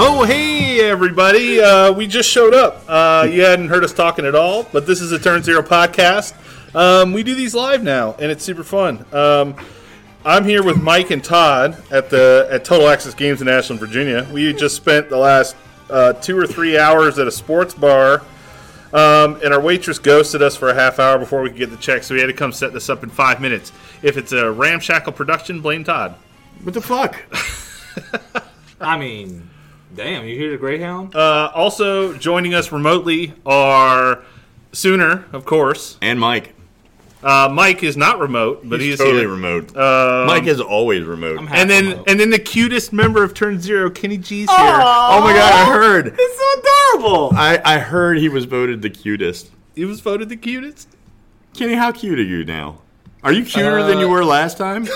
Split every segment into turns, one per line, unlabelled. Oh, hey, everybody. Uh, we just showed up. Uh, you hadn't heard us talking at all, but this is the Turn Zero podcast. Um, we do these live now, and it's super fun. Um, I'm here with Mike and Todd at the at Total Access Games in Ashland, Virginia. We just spent the last uh, two or three hours at a sports bar, um, and our waitress ghosted us for a half hour before we could get the check, so we had to come set this up in five minutes. If it's a ramshackle production, blame Todd.
What the fuck?
I mean, damn, you hear the Greyhound?
Uh, also joining us remotely are Sooner, of course.
And Mike.
Uh, Mike is not remote, but
He's
he is
totally
here.
remote. Mike is always remote.
I'm happy.
And then,
Remote.
and then the cutest member of Turn Zero, Kenny G's here.
oh my god, I heard.
It's so adorable.
I, I heard he was voted the cutest.
He was voted the cutest.
Kenny, how cute are you now? Are you cuter than you were last time?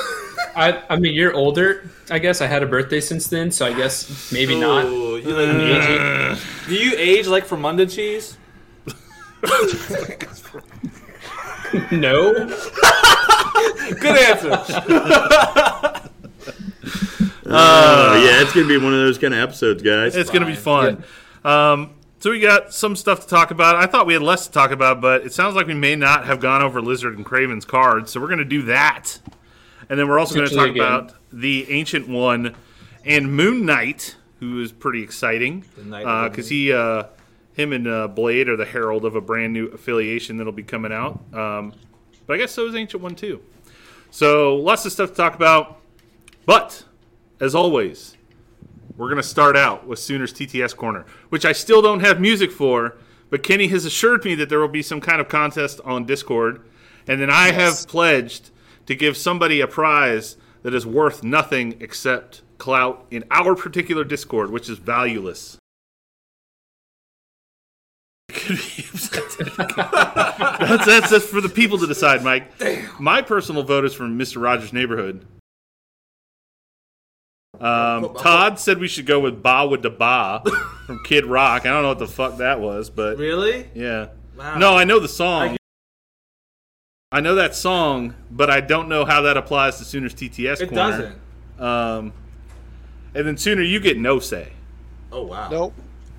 I, I'm a year older. I guess I had a birthday since then, so I guess maybe not.
Ooh, you like- do you age like Fermunda cheese?
No,
Good answer.
Oh yeah, it's gonna be one of those kind of episodes, guys.
It's going to be fun. Um, so we got some stuff to talk about. I thought we had less to talk about, but it sounds like we may not have gone over Lizard and Craven's cards. So we're going to do that, and then we're also going to talk
Potentially again.
about the Ancient One and Moon Knight, who is pretty exciting
Knight of the
because he, uh, him and uh, Blade are the herald of a brand new affiliation that'll be coming out. Um, but I guess so is Ancient One too. So lots of stuff to talk about, but as always, we're going to start out with Sooners TTS Corner, which I still don't have music for, but Kenny has assured me that there will be some kind of contest on Discord. And then I have pledged to give somebody a prize that is worth nothing except clout in our particular Discord, which is valueless. that's, that's, that's for the people to decide, Mike. My personal vote is from Mr. Rogers' Neighborhood. Um, Todd said we should go with Ba with the Ba from Kid Rock. I don't know what the fuck that was, but
really?
yeah.
Wow.
No, I know the song. I know that song, but I don't know how that applies to Sooners TTS.
It
corner.
doesn't.
Um, and then Sooner, you get no say.
Oh wow.
Nope.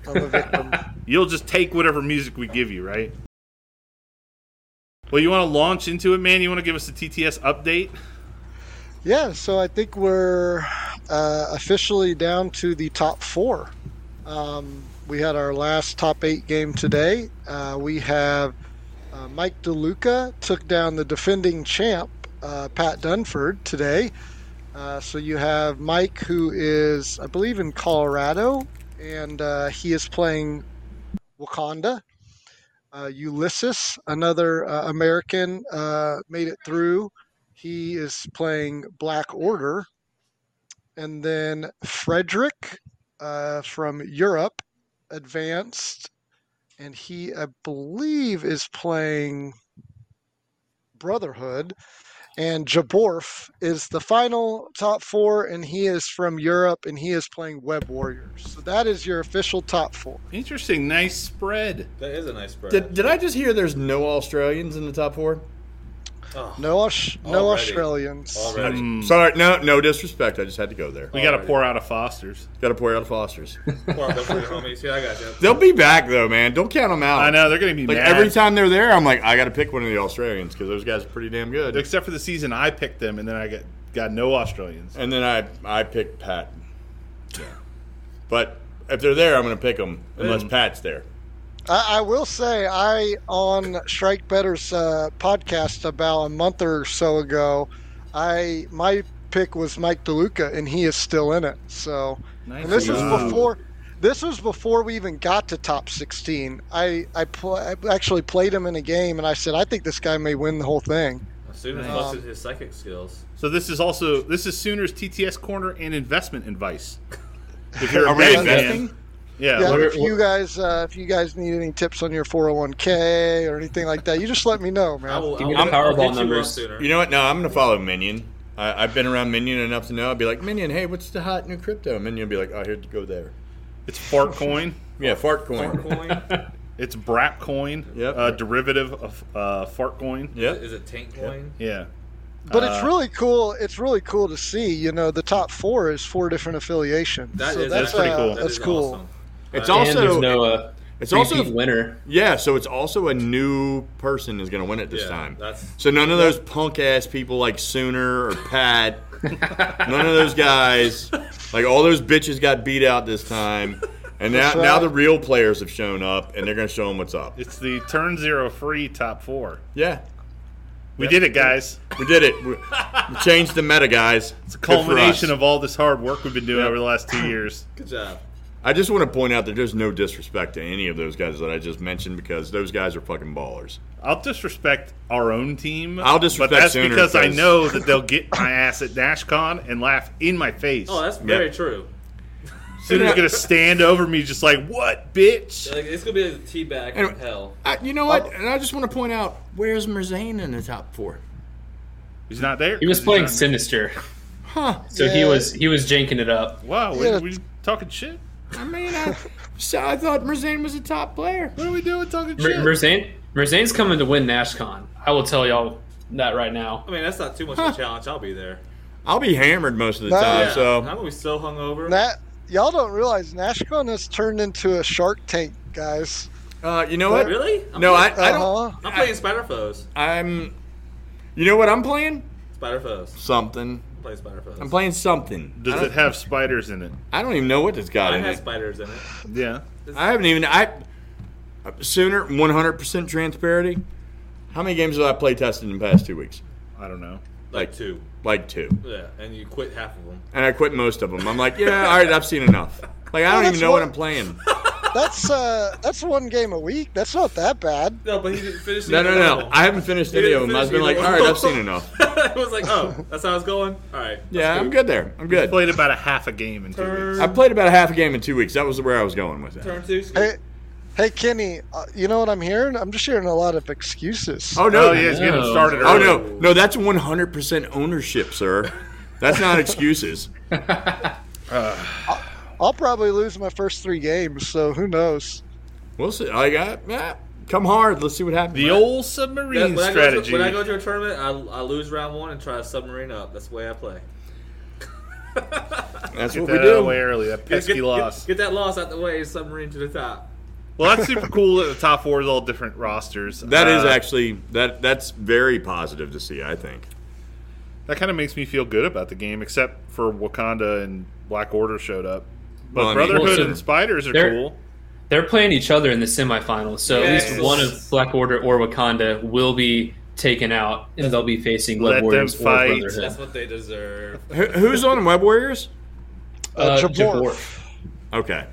I'm a victim.
You'll just take whatever music we give you, right? Well, you want to launch into it, man? You want to give us a TTS update?
yeah, so I think we're uh, officially down to the top four. Um, we had our last top eight game today. Uh, we have uh, Mike DeLuca took down the defending champ, uh, Pat Dunford, today. Uh, so you have Mike, who is, I believe, in Colorado, and uh, he is playing Wakanda. Uh, Ulysses, another uh, American, uh, made it through. He is playing Black Order. And then Frederick uh, from Europe, advanced. And he, I believe, is playing Brotherhood. And Jaborf is the final top four, and he is from Europe, and he is playing Web Warriors. So that is your official top four.
Interesting, nice spread.
That is a nice bird.
Did, did I just hear there's no Australians in the top four?
No, Aus- no
Already.
Australians.
Already.
Hmm.
Sorry, no, no disrespect. I just had to go there.
We got to pour out of Foster's.
Got to pour out of Foster's.
Come on, go for it, homies. Yeah, I got you.
They'll be back though, man. Don't count them out.
I know they're going to be
Like
mad.
every time they're there, I'm like, I got to pick one of the Australians because those guys are pretty damn good.
except for the season I picked them, and then I got got no Australians.
And then I I picked Pat. But if they're there, I'm gonna pick them unless Pat's there.
I, I will say, I on Strike Better's uh, podcast about a month or so ago, I my pick was Mike DeLuca, and he is still in it. So, and this was
Wow.
before this was before we even got to top sixteen. I I, pl- I actually played him in a game, and I said, I think this guy may win the whole thing.
As soon as busted his psychic skills.
So this is also this is Sooners TTS corner and investment advice. If you're
Are
a
we
betting man-
investing?
yeah.
Yeah,
we're-
if you guys uh, if you guys need any tips on your four hundred one k or anything like that, you just let me know, man.
I will,
Give me
I will,
the
I'll
Powerball
hit you up
numbers.
sooner.
You know what? No, I'm gonna follow Minion. I, I've been around Minion enough to know. I'd be like, Minion, hey, what's the hot new crypto? Minion would be like, oh, here, go there.
It's fart coin.
Yeah, fart coin.
coin?
It's brap coin.
Yep.
A derivative of uh, fart coin.
Yep.
Is it tank coin?
Yeah.
But it's
Uh,
really cool. It's really cool to see. You know, the top four is four different affiliations.
That
so
is-
that's,
that's pretty
uh,
cool.
That
That's
is
cool.
awesome.
It's
And
and there's
also
no uh,
it's
repeat
also
winner.
yeah. So it's also a new person is going to win it this
Yeah,
time.
that's-
so none of those punk ass people like Sooner or Pat. none of those guys.
Like all those bitches got beat out this time, and now
That's right.
now the real players have shown up, and they're gonna show them what's up.
It's the turn zero free top four.
Yeah,
We did it, guys.
we did it. We, we changed the meta, guys. It's a
Culmination of all this hard work we've been doing
Yeah.
over the last two years.
Good job.
I just want to point out that there's no disrespect to any of those guys that I just mentioned because those guys are fucking ballers.
I'll disrespect our own team.
I'll disrespect
but that's
Sooner
because I
because-
know that they'll get my ass at DashCon and laugh in my face.
Oh, that's very true.
Sooner's gonna stand over me just like, "What, bitch?"
Like, it's gonna be a tea bag
Anyway.
from hell.
I, you know what? And I just want to point out where's Merzane in the top four?
He's not there.
He was playing
Sin.
Sinister,
Huh?
so he
Yeah.
was he was janking it up.
Wow, we,
Yeah.
we talking shit?
I mean, I, so I thought Merzane was a top player.
What are we doing talking
Mer-
shit?
Merzane Merzane's coming to win NashCon. I will tell y'all that right now.
I mean, that's not too much of a challenge. I'll be there.
I'll be hammered most of the
Nah.
time,
Yeah.
Uh, so
I'm gonna be so hungover.
That y'all don't realize Nashcon has turned into a Shark Tank, guys.
Uh, you know what?
really? I'm
No, I,
playing,
I
Uh-huh.
don't.
I'm playing Spider Foes.
I'm. You know what I'm playing?
Spider Foes.
Something.
I'm playing Spider Foes.
I'm playing something. I
Does
don't,
it have spiders in it?
I don't even know what this got
I
in
had
it.
spiders in it.
Yeah.
I haven't even. I uh, sooner 100% transparency. How many games have I play tested in the past two weeks?
I don't know.
Like
Like-
two.
Like two,
Yeah, and you quit half of them.
and I quit most of them. I'm like, yeah, all right, I've seen enough. Like I don't even
that's
know
what-
what I'm playing.
That's uh, that's one game a week. That's not that bad.
No, but he didn't finish.
No,
either
no,
one
no.
of
I haven't finished any of
didn't
them. I've
finish
been like,
either
all
one.
right, I've seen enough.
them. it was like, oh, that's how it's going. All right.
Yeah, I'm good there. I'm good.
Played about a half a game in two weeks.
I played about a half a game in two weeks. That was where I was going with that.
Turn two.
Hey, hey, Kenny, uh, you know what I'm hearing? I'm just hearing a lot of excuses.
Oh no!
Oh, yeah, he's getting
No.
started
Oh
early.
no, no, that's 100% ownership, sir. That's not excuses.
I'll probably lose my first three games, so who knows?
We'll see. I got yeah, come hard. Let's see what happens.
The old submarine
when, I go
strategy.
to, when I go to a tournament, I, I lose round one and try to submarine up. That's the way I play.
that's
Get that
what we
out of the
do.
way early. That
Get,
pesky
get-
loss.
get that loss out the way and submarine to the top.
Well, that's super cool. That the top four is all different rosters.
That is
Uh,
actually that that's very positive to see. I think.
that kind of makes me feel good about the game, except for Wakanda and Black Order showed up. But
Well, I mean-
Brotherhood
Well, so
and Spiders are
they're-
cool.
They're playing each other in the semifinals, so at
Yes.
least one of Black Order or Wakanda will be taken out, and they'll be facing
Let
Blood
them
Warriors or
fight.
That's
Brotherhood.
what they deserve.
Who, who's on Web Warriors?
Uh,
Jaborf.
Jaborf.
Okay,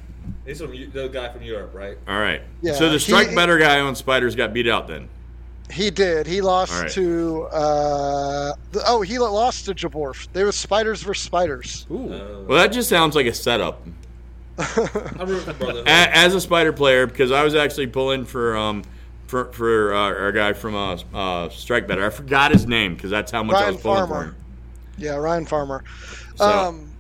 He's from Eu- the guy from Europe, right?
all right.
Yeah,
so the strike
he-
better guy on Spiders got beat out then.
He did. He lost
All right.
to. Uh, the, oh, he lost to Jaborf. They were spiders versus spiders.
Uh,
Well, that just sounds like a setup.
I'm rooting for Brotherhood.
A- As a Spider player, because I was actually pulling for um for for uh, our guy from uh, uh Strike Better. I forgot his name because that's how much I
Brian
was pulling
Farmer.
for him.
Yeah, Ryan Farmer.
So-
Um,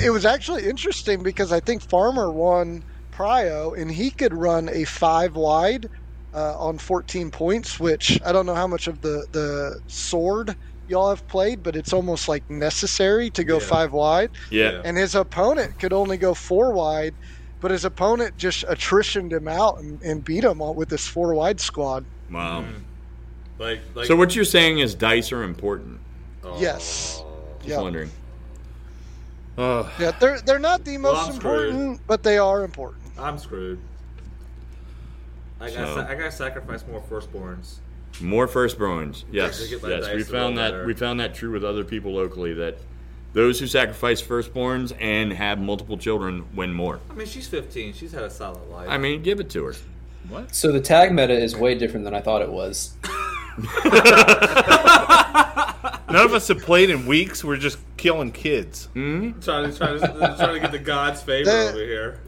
it was actually interesting because I think Farmer won Prio, and he could run a five wide uh, on 14 points, which I don't know how much of the the sword y'all have played, but it's almost like necessary to go
Yeah.
five wide.
Yeah.
And his opponent could only go four wide, but his opponent just attritioned him out and, and beat him all- with this four wide squad.
Wow.
Mm.
Like, like,
So what you're saying is dice are important.
oh.
Yes.
Just
Yeah,
wondering.
Ugh.
yeah, they're they're not the most
I'm screwed.
important, but they are important.
I'm screwed. I got
So-
I got to sacrifice more firstborns.
More firstborns. Yes.
They get that
Yes.
dice
We
a
found
little
that
better.
we found that true with other people locally that those who sacrifice firstborns and have multiple children win more.
I mean, she's 15. She's had a solid life.
I mean, give it to her.
So the tag meta is way different than I thought it was.
None of us have played in weeks. We're just killing kids.
trying to trying to, trying to get the god's favor
That-
over here.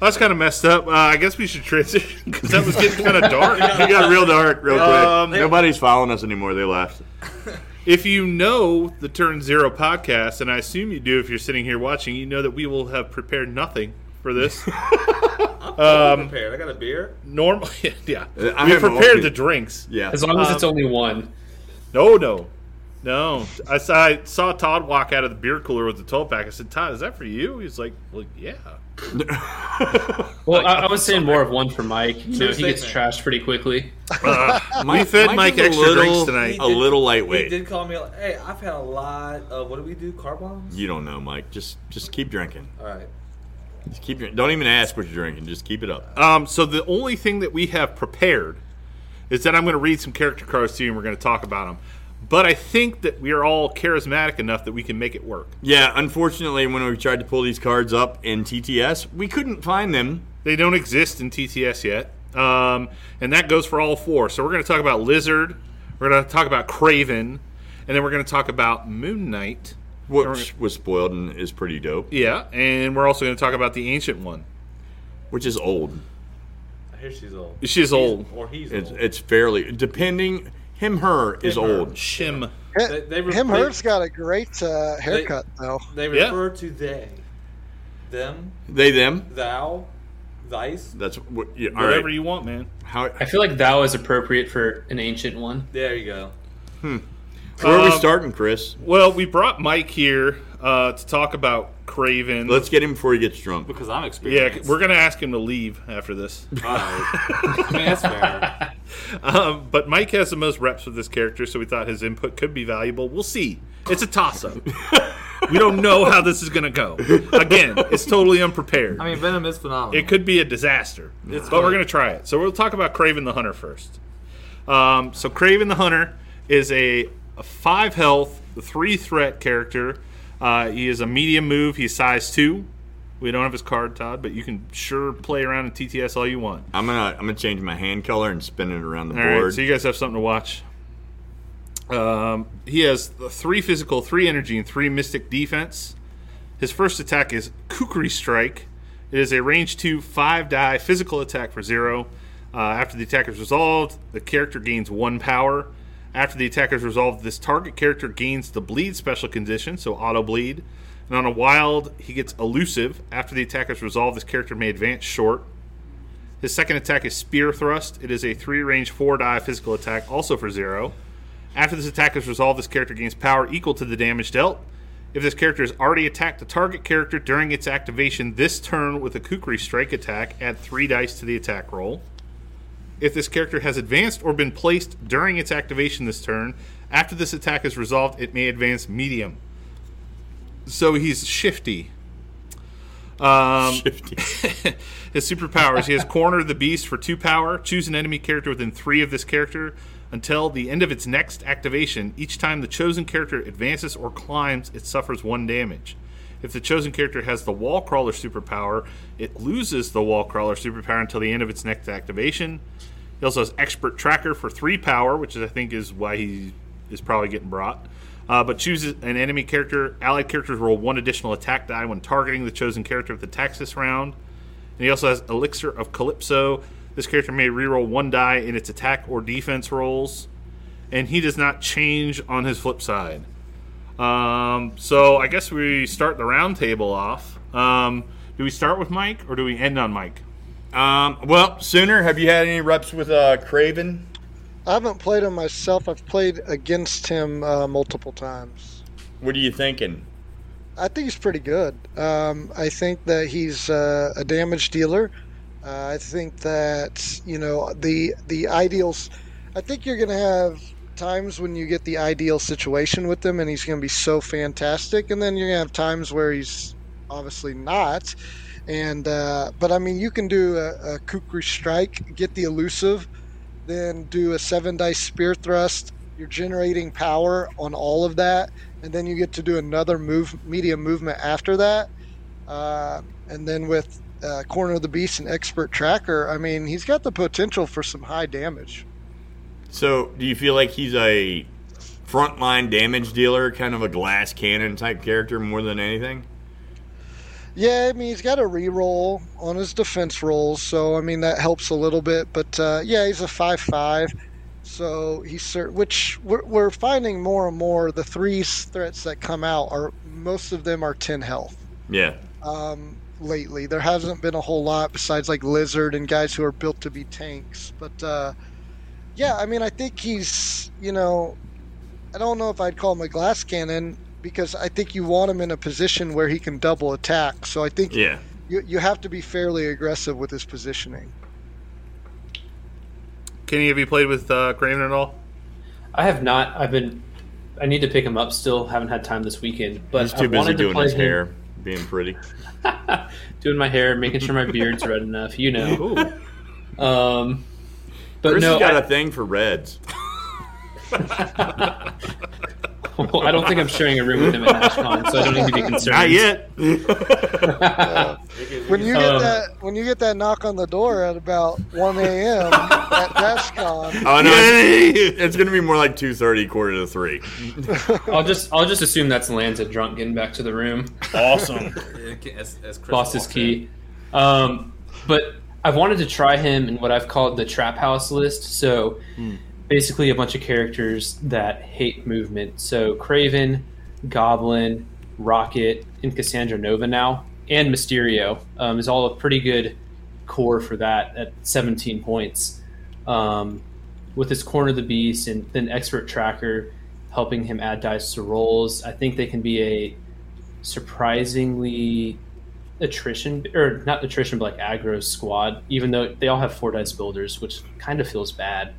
That's kind of messed up. Uh, I guess we should transition because that was getting kind of dark.
It got real dark real quick.
Um,
Nobody's following us anymore. They left.
If you know the Turn Zero podcast, and I assume you do if you're sitting here watching, you know that we will have prepared nothing for this.
I'm prepared. I got a beer.
Normally, yeah,
Uh, I
we
have a-
prepared the drinks.
Yeah.
As long as it's only one.
No, no, no. I saw, I saw Todd walk out of the beer cooler with the 12 pack. I said, Todd, is that for you? He's like, Well, yeah.
Well, I, I was saying more of one for Mike. You know, he
statement.
gets trashed pretty quickly.
we fed Mike,
is a
extra
little-
drinks tonight.
A little
He
lightweight.
did call me. Like, hey, I've had a lot of what do we do? Car bombs.
You don't know, Mike. Just just keep drinking.
All right.
Just keep drink- Don't even ask what you're drinking. Just keep it up.
Um, so the only thing that we have prepared is that I'm going to read some character cards to you, and we're going to talk about them. But I think that we are all charismatic enough that we can make it work.
Yeah, unfortunately, when we tried to pull these cards up in TTS, we couldn't find them.
They don't exist in TTS yet, um, and that goes for all four. So we're going to talk about Lizard, we're going to talk about Craven, and then we're going to talk about Moon Knight.
Which was spoiled and is pretty dope.
Yeah, and we're also going to talk about the Ancient One.
Which is old.
I hear she's old.
She's old.
Or he's
It's
old.
it's fairly depending. Him her is
Him, her.
old.
Shim.
They- they re-
Him
they-
Hurt's got a great uh, haircut though.
They
Yeah.
refer to they, them,
They them.
thou, thys.
That's what. Yeah, all
Whatever
right.
you want, man.
How,
I feel like thou is appropriate for an ancient one.
There you go.
where are we
Um,
starting, Chris?
Well, we brought Mike here uh, to talk about Craven.
Let's get him before he gets drunk.
Because I'm
yeah,
experienced.
we're gonna ask him to leave after this.
All right. I mean, that's fair.
Um, but Mike has the most reps with this character, so we thought his input could be valuable. We'll see. It's a toss-up. we don't know how this is gonna go. Again, it's totally unprepared.
I mean, Venom is phenomenal.
It could be a disaster, but we're going to try it. So we'll talk about Craven the Hunter first. Um, so Craven the Hunter is a, a five health, three threat character. Uh, he is a medium move. He's size two. We don't have his card, Todd, but you can sure play around in TTS all you want.
I'm gonna I'm gonna change my hand color and spin it around the
All right,
board.
so you guys have something to watch. Um, he has the three physical, three energy, and three mystic defense. His first attack is Kukri Strike. It is a range two, five die physical attack for zero. Uh, after the attack is resolved, the character gains one power. After the attack is resolved, this target character gains the bleed special condition, so auto bleed. And on a wild, he gets elusive. After the attack is resolved, this character may advance short. His second attack is Spear Thrust. It is a three range, four die physical attack, also for zero. After this attack is resolved, this character gains power equal to the damage dealt. If this character has already attacked the target character during its activation this turn with a Kukri Strike attack, add three dice to the attack roll. If this character has advanced or been placed during its activation this turn, after this attack is resolved, it may advance medium. So he's shifty. Um, his superpowers. He has Corner the Beast for two power. Choose an enemy character within three of this character until the end of its next activation. Each time the chosen character advances or climbs, it suffers one damage. If the chosen character has the Wall Crawler superpower, it loses the Wall Crawler superpower until the end of its next activation. He also has Expert Tracker for three power, which is, I think is why he is probably getting brought. Uh, but chooses an enemy character. Allied characters roll one additional attack die when targeting the chosen character with attacks this round. And he also has Elixir of Calypso. This character may reroll one die in its attack or defense rolls, and he does not change on his flip side. Um, so I guess we start the round table off. Um, do we start with Mike or do we end on Mike?
um, well, sooner. Have you had any reps with uh, Craven?
I haven't played him myself. I've played against him uh, multiple times.
What are you thinking?
I think he's pretty good. Um, I think that he's uh, a damage dealer. Uh, I think that you know the the ideals. I think you're going to have times when you get the ideal situation with him, and he's going to be so fantastic, and then you're going to have times where he's obviously not. And uh, but I mean, you can do a, a Kukri strike, get the elusive, then do a seven dice spear thrust. You're generating power on all of that, and then you get to do another move, medium movement after that. Uh, and then with uh, Corner of the Beast and Expert Tracker, I mean, he's got the potential for some high damage.
So, do you feel like he's a frontline damage dealer, kind of a glass cannon type character more than anything?
Yeah, I mean, he's got a reroll on his defense rolls, so I mean that helps a little bit. But uh, yeah, he's a five-five, so he's cert- which we're, we're finding more and more. The three threats that come out are most of them are ten health.
Yeah.
um, lately. There hasn't been a whole lot besides like Lizard and guys who are built to be tanks. But uh, yeah, I mean, I think he's, you know, I don't know if I'd call him a glass cannon because I think you want him in a position where he can double attack. So I think
Yeah.
you, you have to be fairly aggressive with his positioning.
Kenny, have you played with uh, Craven at all?
I have not. I've been. I need to pick him up. Still haven't had time this weekend. But
He's too
I
busy
wanted to
doing
play
his
him-
hair, being pretty.
doing my hair, making sure my beard's red enough. You know.
Ooh,
Um, but
Chris has
no,
got
I,
a thing for reds.
I don't think I'm sharing a room with him at HashCon, so I don't need to be concerned.
Not yet.
When you get
Um,
that when you get that knock on the door at about 1 a.m. at DashCon,
Oh no, it's, it's gonna be more like two thirty, quarter to three.
I'll just I'll just assume that's Lanza drunk getting back to the room.
awesome.
As, as Chris
lost his
walks in.
key. Um, but I've wanted to try him in what I've called the trap house list. So basically, a bunch of characters that hate movement. So Craven, Goblin, Rocket, and Cassandra Nova now, and Mysterio um, is all a pretty good core for that at 17 points. Um, with his corner of the beast and then expert tracker helping him add dice to rolls, I think they can be a surprisingly attrition or not attrition but like aggro squad even though they all have four dice builders which kind of feels bad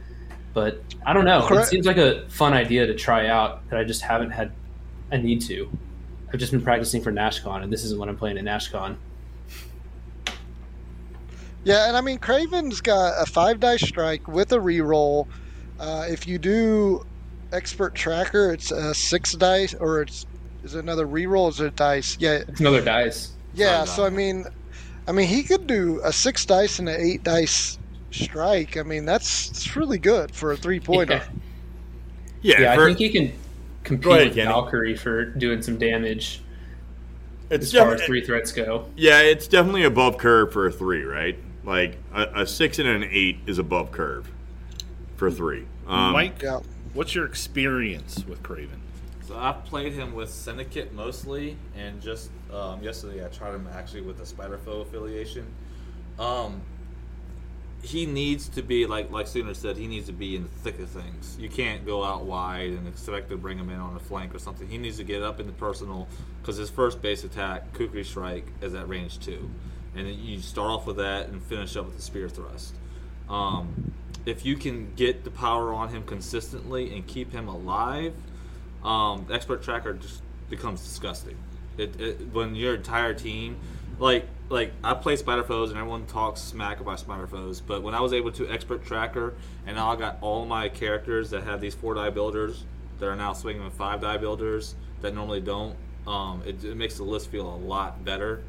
but i don't know it
Correct.
seems like a fun idea to try out that i just haven't had i need to i've just been practicing for nashcon and this isn't what i'm playing at nashcon
Yeah, and I mean Craven's got a five die strike with a reroll. Uh, if you do expert tracker, it's a six dice or it's is it another reroll is it dice? Yeah,
it's another dice
yeah. So I mean, I mean he could do a six dice and an eight dice strike. I mean that's it's really good for a three pointer.
yeah,
Yeah,
yeah, i
for-
think he can compete
Go ahead,
with
Kenny.
valkyrie for doing some damage
it's
as far
defi-
as three threats go
yeah, it's definitely above curve for a three, right? Like a, a six and an eight is above curve for three. Um,
Mike,
Yeah.
what's your experience with Craven?
So I've played him with Syndicate mostly, and just um, yesterday I tried him actually with the Spiderfoe affiliation. Um, he needs to be like like Sooner said, he needs to be in the thick of things. You can't go out wide and expect to bring him in on a flank or something. He needs to get up in the personal because his first base attack, Kukri Strike, is at range two, and you start off with that and finish up with the spear thrust. Um, if you can get the power on him consistently and keep him alive, um, expert tracker just becomes disgusting. It, it when your entire team, like like I play spider foes and everyone talks smack about spider foes, but when I was able to expert tracker and now I got all my characters that have these four die builders that are now swinging with five die builders that normally don't, um, it, it makes the list feel a lot better.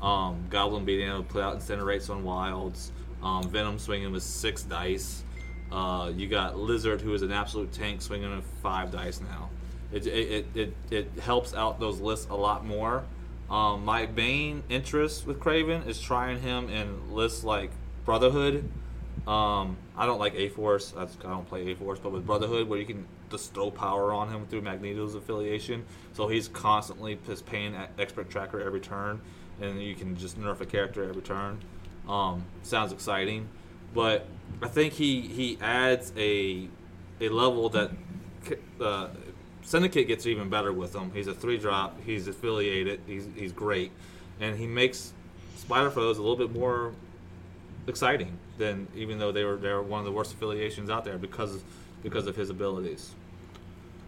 Um, Goblin being able to put out incinerates on wilds, um, Venom swinging with six dice. Uh, you got Lizard, who is an absolute tank, swinging with five dice now. It it, it, it, it helps out those lists a lot more. Um, my main interest with Craven is trying him in lists like Brotherhood. Um, I don't like A Force. I just- I don't play A Force, but with Brotherhood, where you can just throw power on him through Magneto's affiliation, so he's constantly just paying a- expert tracker every turn, and you can just nerf a character every turn. Um, sounds exciting, but I think he he adds a a level that uh, Syndicate gets even better with him. He's a three drop. He's affiliated. He's he's great, and he makes Spider Foes a little bit more exciting than even though they were they're one of the worst affiliations out there because because of his abilities.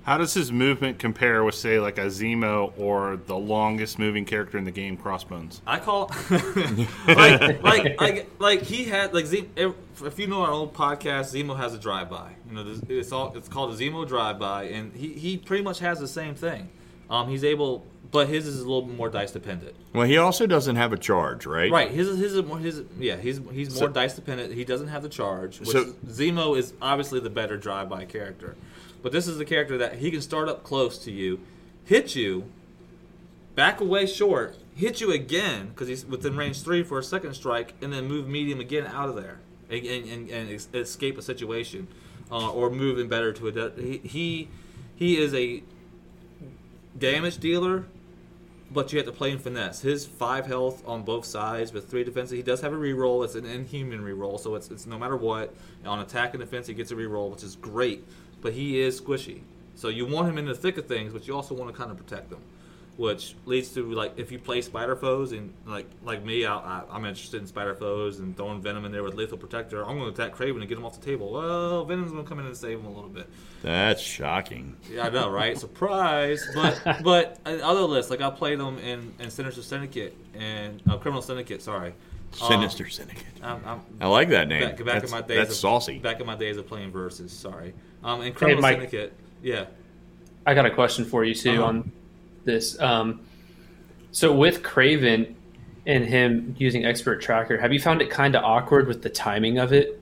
How does his movement compare with, say, like a Zemo or the longest moving character in the game, Crossbones?
I call like, like like like he had like Zemo. if- If you know our old podcast, Zemo has a drive by. You know, this- it's all it's called a Zemo drive by, and he he pretty much has the same thing. Um, he's able, but his is a little bit more dice dependent.
Well, he also doesn't have a charge, right?
Right. His his is more his yeah. He's he's more dice dependent. He doesn't have the charge. Which
So-
Zemo is obviously the better drive by character, but this is the character that he can start up close to you, hit you, back away short, hit you again because he's within range three for a second strike, and then move medium again out of there and and, and, and es- escape a situation, uh, or move in better to a de- he he he is a damage dealer but you have to play in finesse. His five health on both sides with three defense. He does have a reroll. It's an inhuman reroll, so it's it's no matter what. On attack and defense, he gets a reroll, which is great. But he is squishy, so you want him in the thick of things, but you also want to kind of protect him, which leads to like if you play spider foes and like like me, I, I, I'm interested in spider foes and throwing venom in there with lethal protector. I'm going to attack Craven and get him off the table. Well, venom's going to come in and save him a little bit.
That's shocking.
Yeah, I know, right? Surprise! But but in other lists, like I played them in, in Sinister Syndicate and uh, Criminal Syndicate. Sorry, Um,
Sinister Syndicate.
I'm, I'm
I like that name.
back, back
that's,
in my days.
That's
of,
saucy.
Back in my days of playing versus. Sorry, um, in Criminal
Mike.
Syndicate. Yeah,
I got a question for you too
Uh-huh.
on this. Um, so with Craven and him using Expert Tracker, have you found it kind of awkward with the timing of it?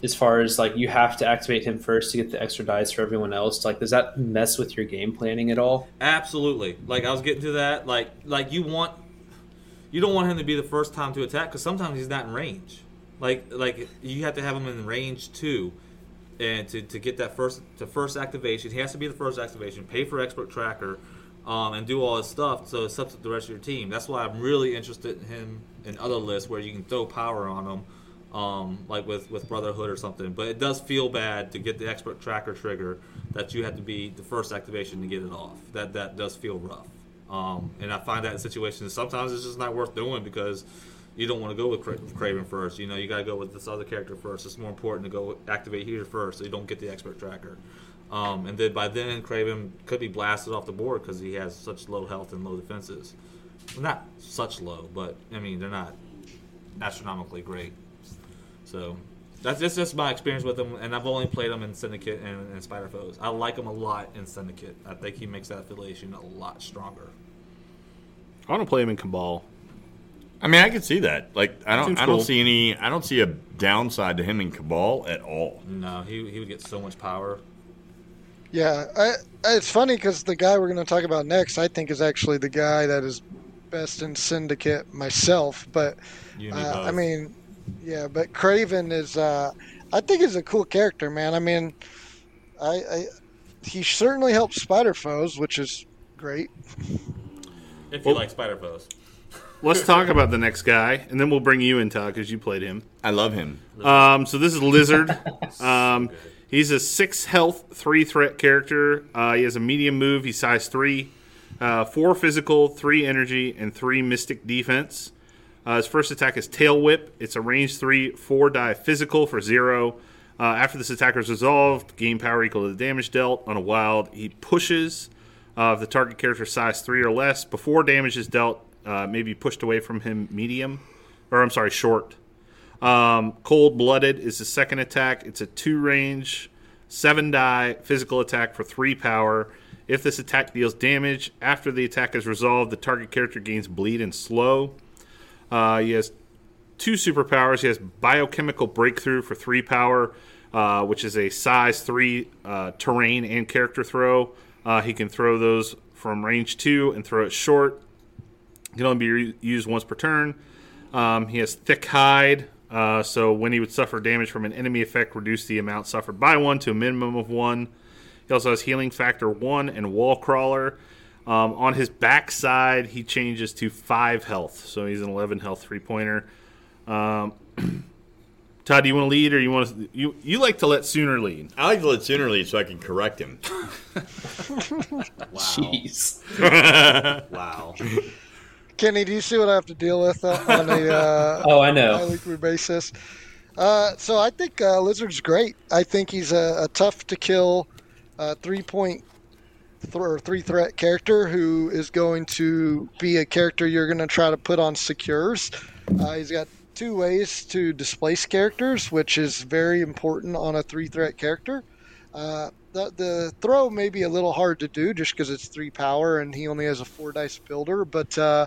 As far as like you have to activate him first to get the extra dice for everyone else, like does that mess with your game planning at all?
absolutely. Like I was getting to that. Like like you want you don't want him to be the first time to attack because sometimes he's not in range. Like like you have to have him in range too, and to, to get that first to first activation, he has to be the first activation. Pay for expert tracker, um, and do all his stuff so it's up to the rest of your team. That's why I'm really interested in him in other lists where you can throw power on him, um, like with with Brotherhood or something. But it does feel bad to get the expert tracker trigger that you have to be the first activation to get it off. That that does feel rough. Um, and I find that in situations sometimes it's just not worth doing because you don't want to go with Cra- Craven first. You know, you got to go with this other character first. It's more important to go activate here first so you don't get the expert tracker. Um, and then by then, Craven could be blasted off the board because he has such low health and low defenses. Well, not such low, but I mean, they're not astronomically great. So that's that's just my experience with him, and I've only played him in Syndicate and, and Spider Foes. I like him a lot in Syndicate. I think he makes that affiliation a lot stronger.
I want to play him in Cabal.
I mean, I could see that. Like, I don't,
Seems
I don't
cool.
see any, I don't see a downside to him in Cabal at all.
No, he he would get so much power.
Yeah, I, it's funny because the guy we're going to talk about next, I think, is actually the guy that is best in Syndicate myself. But
You and me
uh, I
both.
mean, yeah, but Craven is, uh, I think, he's a cool character, man. I mean, I, I he certainly helps Spider Foes, which is great.
if you like Spider Foes,
Let's talk about the next guy, and then we'll bring you in, Todd, because you played him.
I love him.
Um, so this is Lizard. Um, he's a six health, three threat character. Uh, he has a medium move. He's size three, uh, four physical, three energy, and three mystic defense. Uh, his first attack is Tail Whip. It's a range three, four die physical for zero. Uh, after this attacker is resolved, gain power equal to the damage dealt. On a wild, he pushes. Uh, if the target character is size three or less, before damage is dealt, uh, may be pushed away from him medium, or I'm sorry, short. Um, Cold Blooded is the second attack. It's a two range, seven die physical attack for three power. If this attack deals damage, after the attack is resolved, the target character gains bleed and slow. Uh, he has two superpowers. He has Biochemical Breakthrough for three power, uh, which is a size three uh, terrain and character throw. Uh, he can throw those from range two and throw it short. Can only be re- used once per turn. Um, he has thick hide, uh, so when he would suffer damage from an enemy effect, reduce the amount suffered by one to a minimum of one. He also has healing factor one and wall crawler. Um, on his backside, he changes to five health, so he's an eleven health three pointer. Um, Todd, do you want to lead, or you want to you you like to let Sooner lead?
I like to let Sinner lead so I can correct him.
wow,
Jeez.
wow.
Kenny, do you see what I have to deal with uh, on a uh,
Oh, I know.
a weekly basis. Uh, so I think uh, Lizard's great. I think he's a, a tough to kill, uh, three point th- or three threat character who is going to be a character you're going to try to put on secures. Uh, he's got two ways to displace characters, which is very important on a three threat character. Uh, the, the throw may be a little hard to do just because it's three power and he only has a four dice builder, but uh,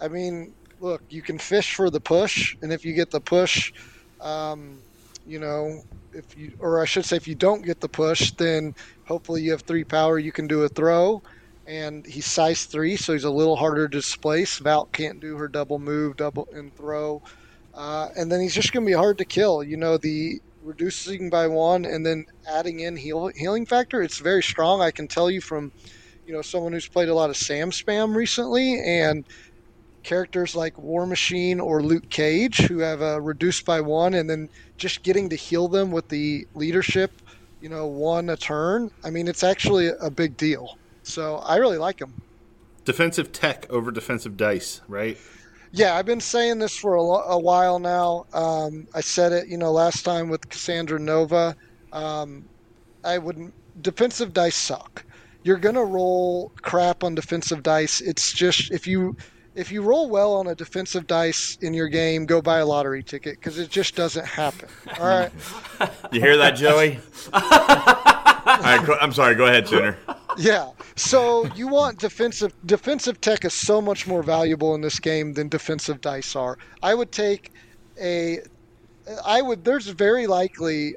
I mean, look, you can fish for the push, and if you get the push, um, you know, if you, or I should say, if you don't get the push, then hopefully you have three power. You can do a throw, and he's size three, so he's a little harder to displace. Valk can't do her double move, double and throw, uh, and then he's just going to be hard to kill. You know, the reducing by one, and then adding in heal, healing factor. It's very strong. I can tell you from you know someone who's played a lot of Sam Spam recently, and characters like War Machine or Luke Cage who have uh, reduced by one, and then just getting to heal them with the leadership, you know, one a turn. I mean, it's actually a big deal. So I really like them.
Defensive tech over defensive dice, right?
Yeah, I've been saying this for a, lo- a while now. Um, I said it, you know, last time with Cassandra Nova. Um, I wouldn't. Defensive dice suck. You're gonna roll crap on defensive dice. It's just if you if you roll well on a defensive dice in your game, go buy a lottery ticket because it just doesn't happen. All right.
You hear that, Joey? All right, go- I'm sorry. Go ahead, Sooner.
Yeah. So you want defensive defensive tech is so much more valuable in this game than defensive dice are. I would take a I would there's very likely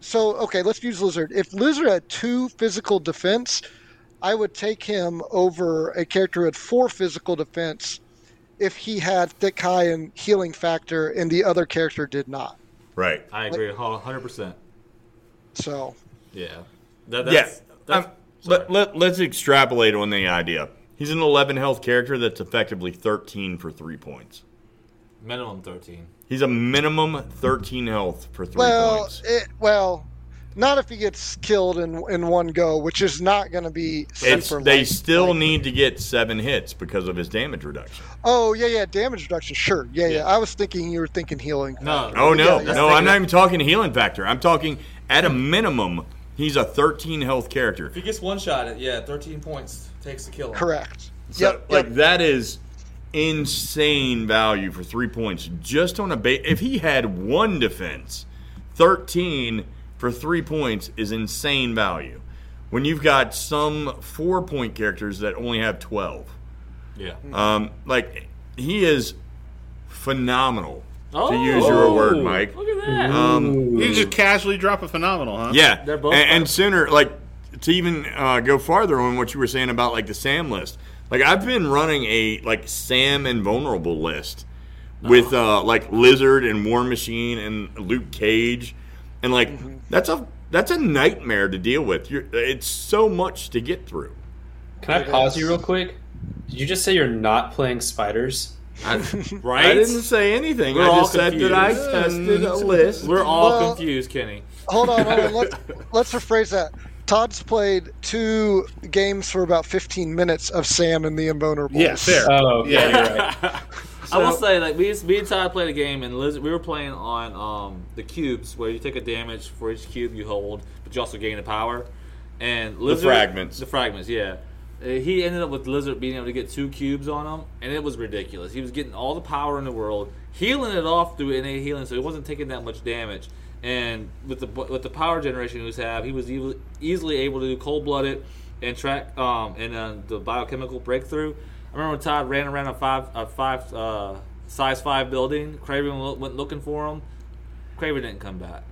so okay, let's use Lizard. If Lizard had two physical defense, I would take him over a character who had four physical defense if he had thick high and healing factor and the other character did not.
Right.
I agree, hundred percent.
So
Yeah, Um, that, that's,
yeah.
That's,
I'm- let, let, let's extrapolate on the idea. He's an 11 health character that's effectively 13 for three points.
minimum thirteen.
He's a minimum 13 health for three
well,
points.
it, well, not if he gets killed in in one go, which is not going to be super.
It's, they
light-
still
light.
need to get seven hits because of his damage reduction.
Oh yeah, yeah, damage reduction. Sure, yeah, yeah. I was thinking you were thinking healing.
No,
Oh no,
Yeah, yeah.
no, I'm not even talking healing factor. I'm talking at a minimum, he's a 13 health character.
If he gets one shot, at, yeah, thirteen points takes the kill.
Correct.
So,
yep.
like
yep.
that is insane value for three points just on a base. If he had one defense, thirteen for three points is insane value. When you've got some four point characters that only have twelve,
Yeah.
Mm.
Uh,
um, like he is phenomenal.
Oh,
to use your word, Mike.
Look at that.
Um,
You can just casually drop a phenomenal, huh?
yeah,
They're both
A- and, sooner like to even uh, go farther on what you were saying about like the Sam list. Like I've been running a like Sam and vulnerable list with
Oh.
uh, like Lizard and War Machine and Luke Cage, and like
Mm-hmm.
that's a that's a nightmare to deal with. You're, it's so much to get through.
Can I pause you real quick? Did you just say you're not playing spiders?
right?
I didn't say anything.
We're
I
all
just said that I
confused.
tested a list.
We're all
Mm. Well-
confused, Kenny.
Hold on, hold on. Let's, let's rephrase that. Todd's played two games for about 15 minutes of Sam and the Invulnerable.
Yeah, fair.
Oh, okay,
Yeah.
you're right.
I will say, like we, me and Ty played a game, and Liz, we were playing on um, the cubes, where you take a damage for each cube you hold, but you also gain the power. And Lizard,
fragments.
the fragments, yeah. Uh, He ended up with Lizard being able to get two cubes on him, and it was ridiculous. He was getting all the power in the world, healing it off through innate healing, so he wasn't taking that much damage. And with the with the power generation he was have, he was easily, easily able to do cold blooded and track um and uh, the biochemical breakthrough. I remember when Todd ran around a five a five uh, size five building. Craven lo- went looking for him. Craven didn't come back.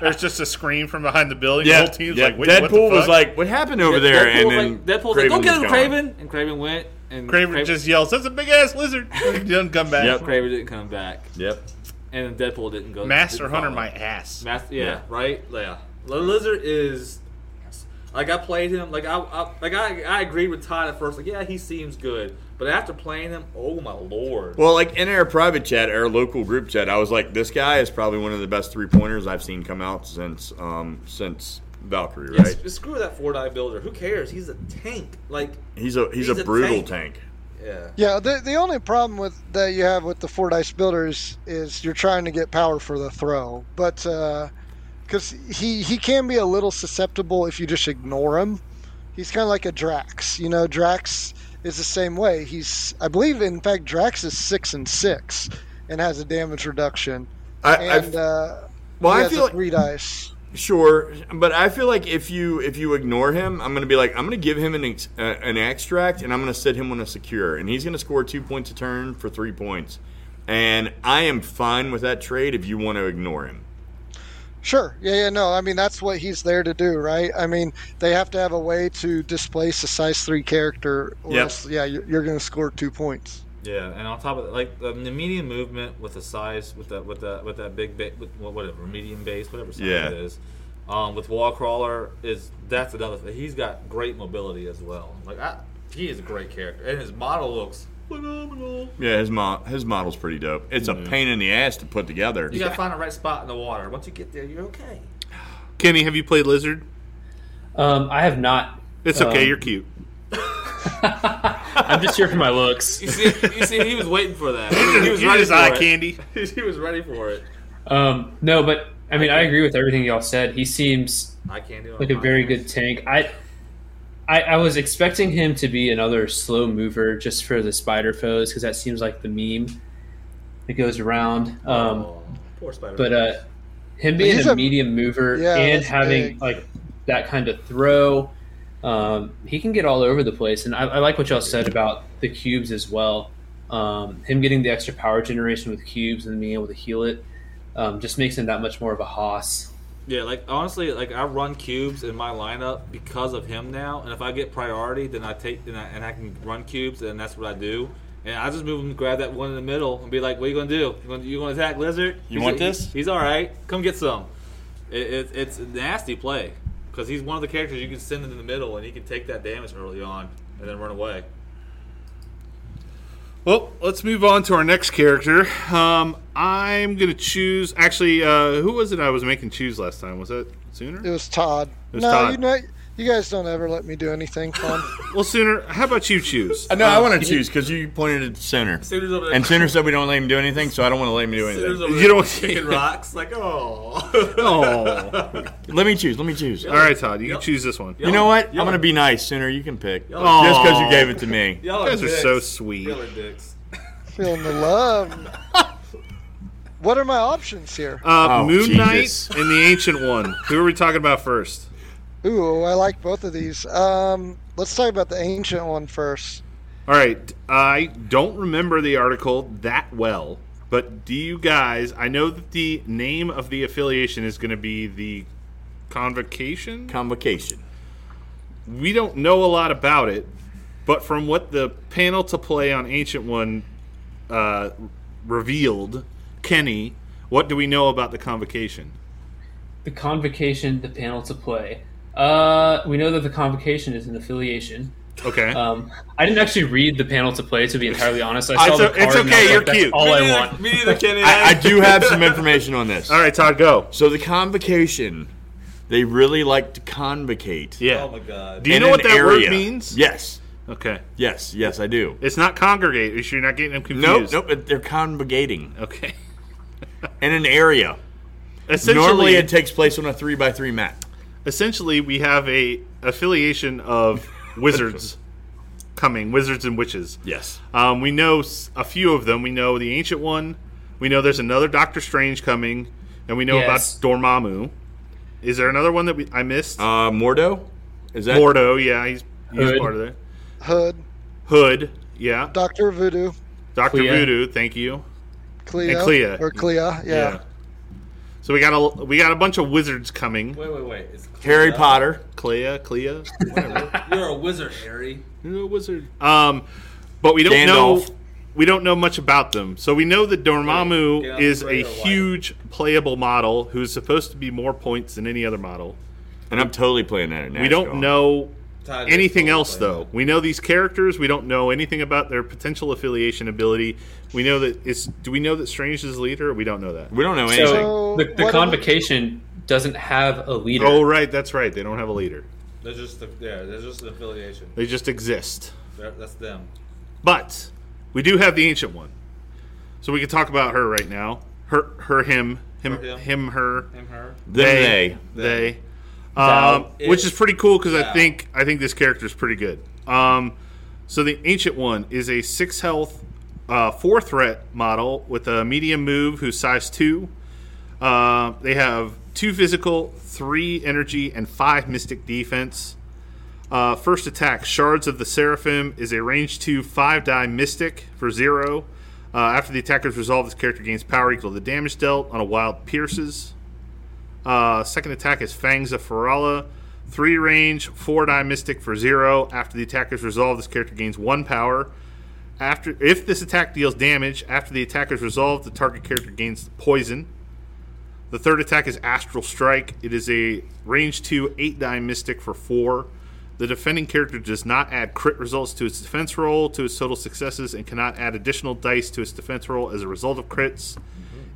There's just a scream from behind the building.
Yeah,
the whole team's
yeah.
like, Wait,
Deadpool
what the fuck?
was like, "What happened over there?"
Deadpool was like,
and then
Deadpool's like,
Kraven
"Go
was
get him,
gone.
Craven!" And Craven went. And
Craven just yells, "That's a big ass lizard!" He doesn't come back.
Yep.
Craven didn't come back,
Yep.
and then Deadpool didn't go.
Master
didn't
Hunter,
follow.
my ass.
Master, yeah,
Yeah.
right. Yeah, the lizard is. Like I played him, like I, I like I, I agreed with Todd at first. Like, yeah, he seems good, but after playing him, oh my lord!
Well, like in our private chat, our local group chat, I was like, this guy is probably one of the best three pointers I've seen come out since um, since Valkyrie,
Yeah,
right?
s- screw that four die builder. Who cares? He's a tank. Like,
He's a he's,
He's
a,
a
brutal
tank.
tank.
yeah.
Yeah, the, the only problem with that you have with the four dice builders is you're trying to get power for the throw, but because he he can be a little susceptible if you just ignore him. He's kind of like a Drax, you know. Drax is the same way. He's I believe in fact Drax is six and six, and has a damage reduction,
I,
and
I
uh,
well,
he
I
has
feel
a three dice.
like, sure, but I feel like if you if you ignore him, I'm gonna be like, I'm gonna give him an ex, uh, an extract, and I'm gonna sit him on a secure, and he's gonna score two points a turn for three points, and I am fine with that trade if you want to ignore him.
Sure. Yeah, yeah, no. I mean, that's what he's there to do, right? I mean, they have to have a way to displace a size three character, or
Yep.
else, yeah, you're, you're going to score two points.
Yeah, and on top of that, like um, the medium movement with the size, with that, with that, with that big, ba- with wha- whatever medium base, whatever size
Yeah.
it is, Um, with wall crawler is that's another thing. He's got great mobility as well. Like I, he is a great character, and his model looks phenomenal.
Yeah, his mo- his model's pretty dope. It's a pain in the ass to put together.
You gotta find the right spot in the water. Once you get there, you're okay.
Kenny, have you played Lizard?
Um, I have not.
It's okay.
Um,
you're cute.
I'm just here for my looks.
You see, you see, he was waiting for that. He was
You're
ready
just
for
eye
it.
candy.
He was ready for it.
Um, no, but I mean, I agree with everything y'all said. He seems
I can't do it.
like a very good tank. I, I, I was expecting him to be another slow mover just for the spider foes because that seems like the meme that goes around. Um,
Oh, poor Spider.
but uh, him being
He's
a,
a-
medium mover
Yeah,
and
that's
having
big.
like that kind of throw, um, he can get all over the place. And I, I like what y'all said about the cubes as well. Um, him getting the extra power generation with cubes and being able to heal it um, just makes him that much more of a hoss.
yeah, like honestly, like I run cubes in my lineup because of him now. And if I get priority, then I take then I, and I can run cubes, and that's what I do. And I just move him, grab that one in the middle, and be like, "What you gonna do? You gonna, you gonna attack lizard?
You
He's-
want this?
He's all right. Come get some." It, it, it's a nasty play because he's one of the characters you can send in the middle, and he can take that damage early on and then run away.
Well, let's move on to our next character. Um, I'm gonna choose. Actually, uh, who was it I was making choose last time? Was that Sooner?
It was Todd.
was
no,
Todd.
you know, you guys don't ever let me do anything fun.
Well, Sooner. How about you choose?
No, I want to choose because you pointed at Um, center,
Sooner's over there.
and center said we don't let him do anything, so I don't want to let him do
Sooner's
anything.
over
You
there
don't-
kicking rocks. Like, oh.
Oh.
Let me choose. Let me choose.
All right, Todd. You
Yep.
can choose this one.
You know what?
Yellow.
I'm gonna be nice. Sooner you can pick.
Yellow.
Just because you
Aw.
gave it to me.
Y'all
You guys are
dicks.
so sweet.
Y'all are dicks.
Feeling the love. What are my options here?
Uh,
Oh,
Moon
Jesus.
Knight and the Ancient One. Who are we talking about first?
Ooh, I like both of these. Um, let's talk about the ancient one first.
All right. I don't remember the article that well, but do you guys? I know that the name of the affiliation is going to be the Convocation.
Convocation.
we don't know a lot about it, but from what the panel to play on Ancient One uh, revealed, Kenny, what do we know about the convocation?
The convocation, the panel to play. Uh, we know that the convocation is an affiliation.
Okay.
Um, I didn't actually read the panel to play, to be entirely honest. I
It's
saw the
o- it's
card and I
okay,
was like,
you're
"That's
cute."
All
Me
I
neither-
want.
Me neither, Kenny.
I, I do have some information on this.
All right, Todd, go.
So the convocation, they really like to convocate.
Yeah.
Oh my god.
do you
in
know what
an
that word
area.
means?
Yes.
Okay.
Yes. Yes, I do.
It's not congregate. You're sure you're not getting them
Nope.
confused.
Nope. it- They're convocating
Okay.
in an area.
Essentially,
Normally, it takes place on a three by three map.
essentially, we have a affiliation of wizards coming, wizards and witches.
Yes.
Um, we know s- a few of them. We know the ancient one. We know there's another Doctor Strange coming, and we know
Yes.
about Dormammu. Is there another one that we I missed?
Uh, Mordo. Is that
Mordo, yeah, he's, he's
Hood.
part of that.
Hood,
Hood, yeah.
Doctor Voodoo,
Doctor
Clea.
Voodoo, thank you.
Cleo,
And Clea.
or Clea, yeah.
So we got a we got a bunch of wizards coming.
Wait, wait, wait. It's
Harry
Cleo.
Potter?
Clea, Clea,
You're a wizard, Harry.
you're a wizard. Um, but we don't
Gandalf.
know we don't know much about them. So we know that Dormammu
Gandalf
is
gray
a
or white?
huge playable model who's supposed to be more points than any other model.
And I'm totally playing that. In
We don't know
Todd is
anything
totally
else,
playing
though. We know these characters. We don't know anything about their potential affiliation ability. We know that it's. Do we know that Strange is the leader? We don't know that.
We don't know anything.
So
So,
the, the
what-
convocation doesn't have a leader.
Oh, right. That's right. They don't have a leader.
that. There's just a, yeah. There's just an affiliation.
They just exist.
That- that's them.
But we do have the ancient one, so we can talk about her right now. Her, her, him, him,
Her, him.
him, her,
Him, her.
Then they.
they.
Thou,
Um, which
it,
is pretty cool because I
thou.
think I think this character is pretty good. Um, so the ancient one is a six health, uh, four threat model with a medium move who's size two. Uh, they have two physical, three energy, and five mystic defense. Uh, first attack, Shards of the Seraphim is a range 2 5 die mystic for 0. Uh, after the attacker is resolved, this character gains power equal to the damage dealt on a wild pierces. Uh, second attack is Fangs of Ferala, 3 range, 4 die mystic for 0. After the attacker is resolved, this character gains 1 power. After, if this attack deals damage, after the attacker is resolved, the target character gains poison. The third attack is Astral Strike. It is a range 2 8 die mystic for 4. The defending character does not add crit results to its defense roll, to its total successes, and cannot add additional dice to its defense roll as a result of crits.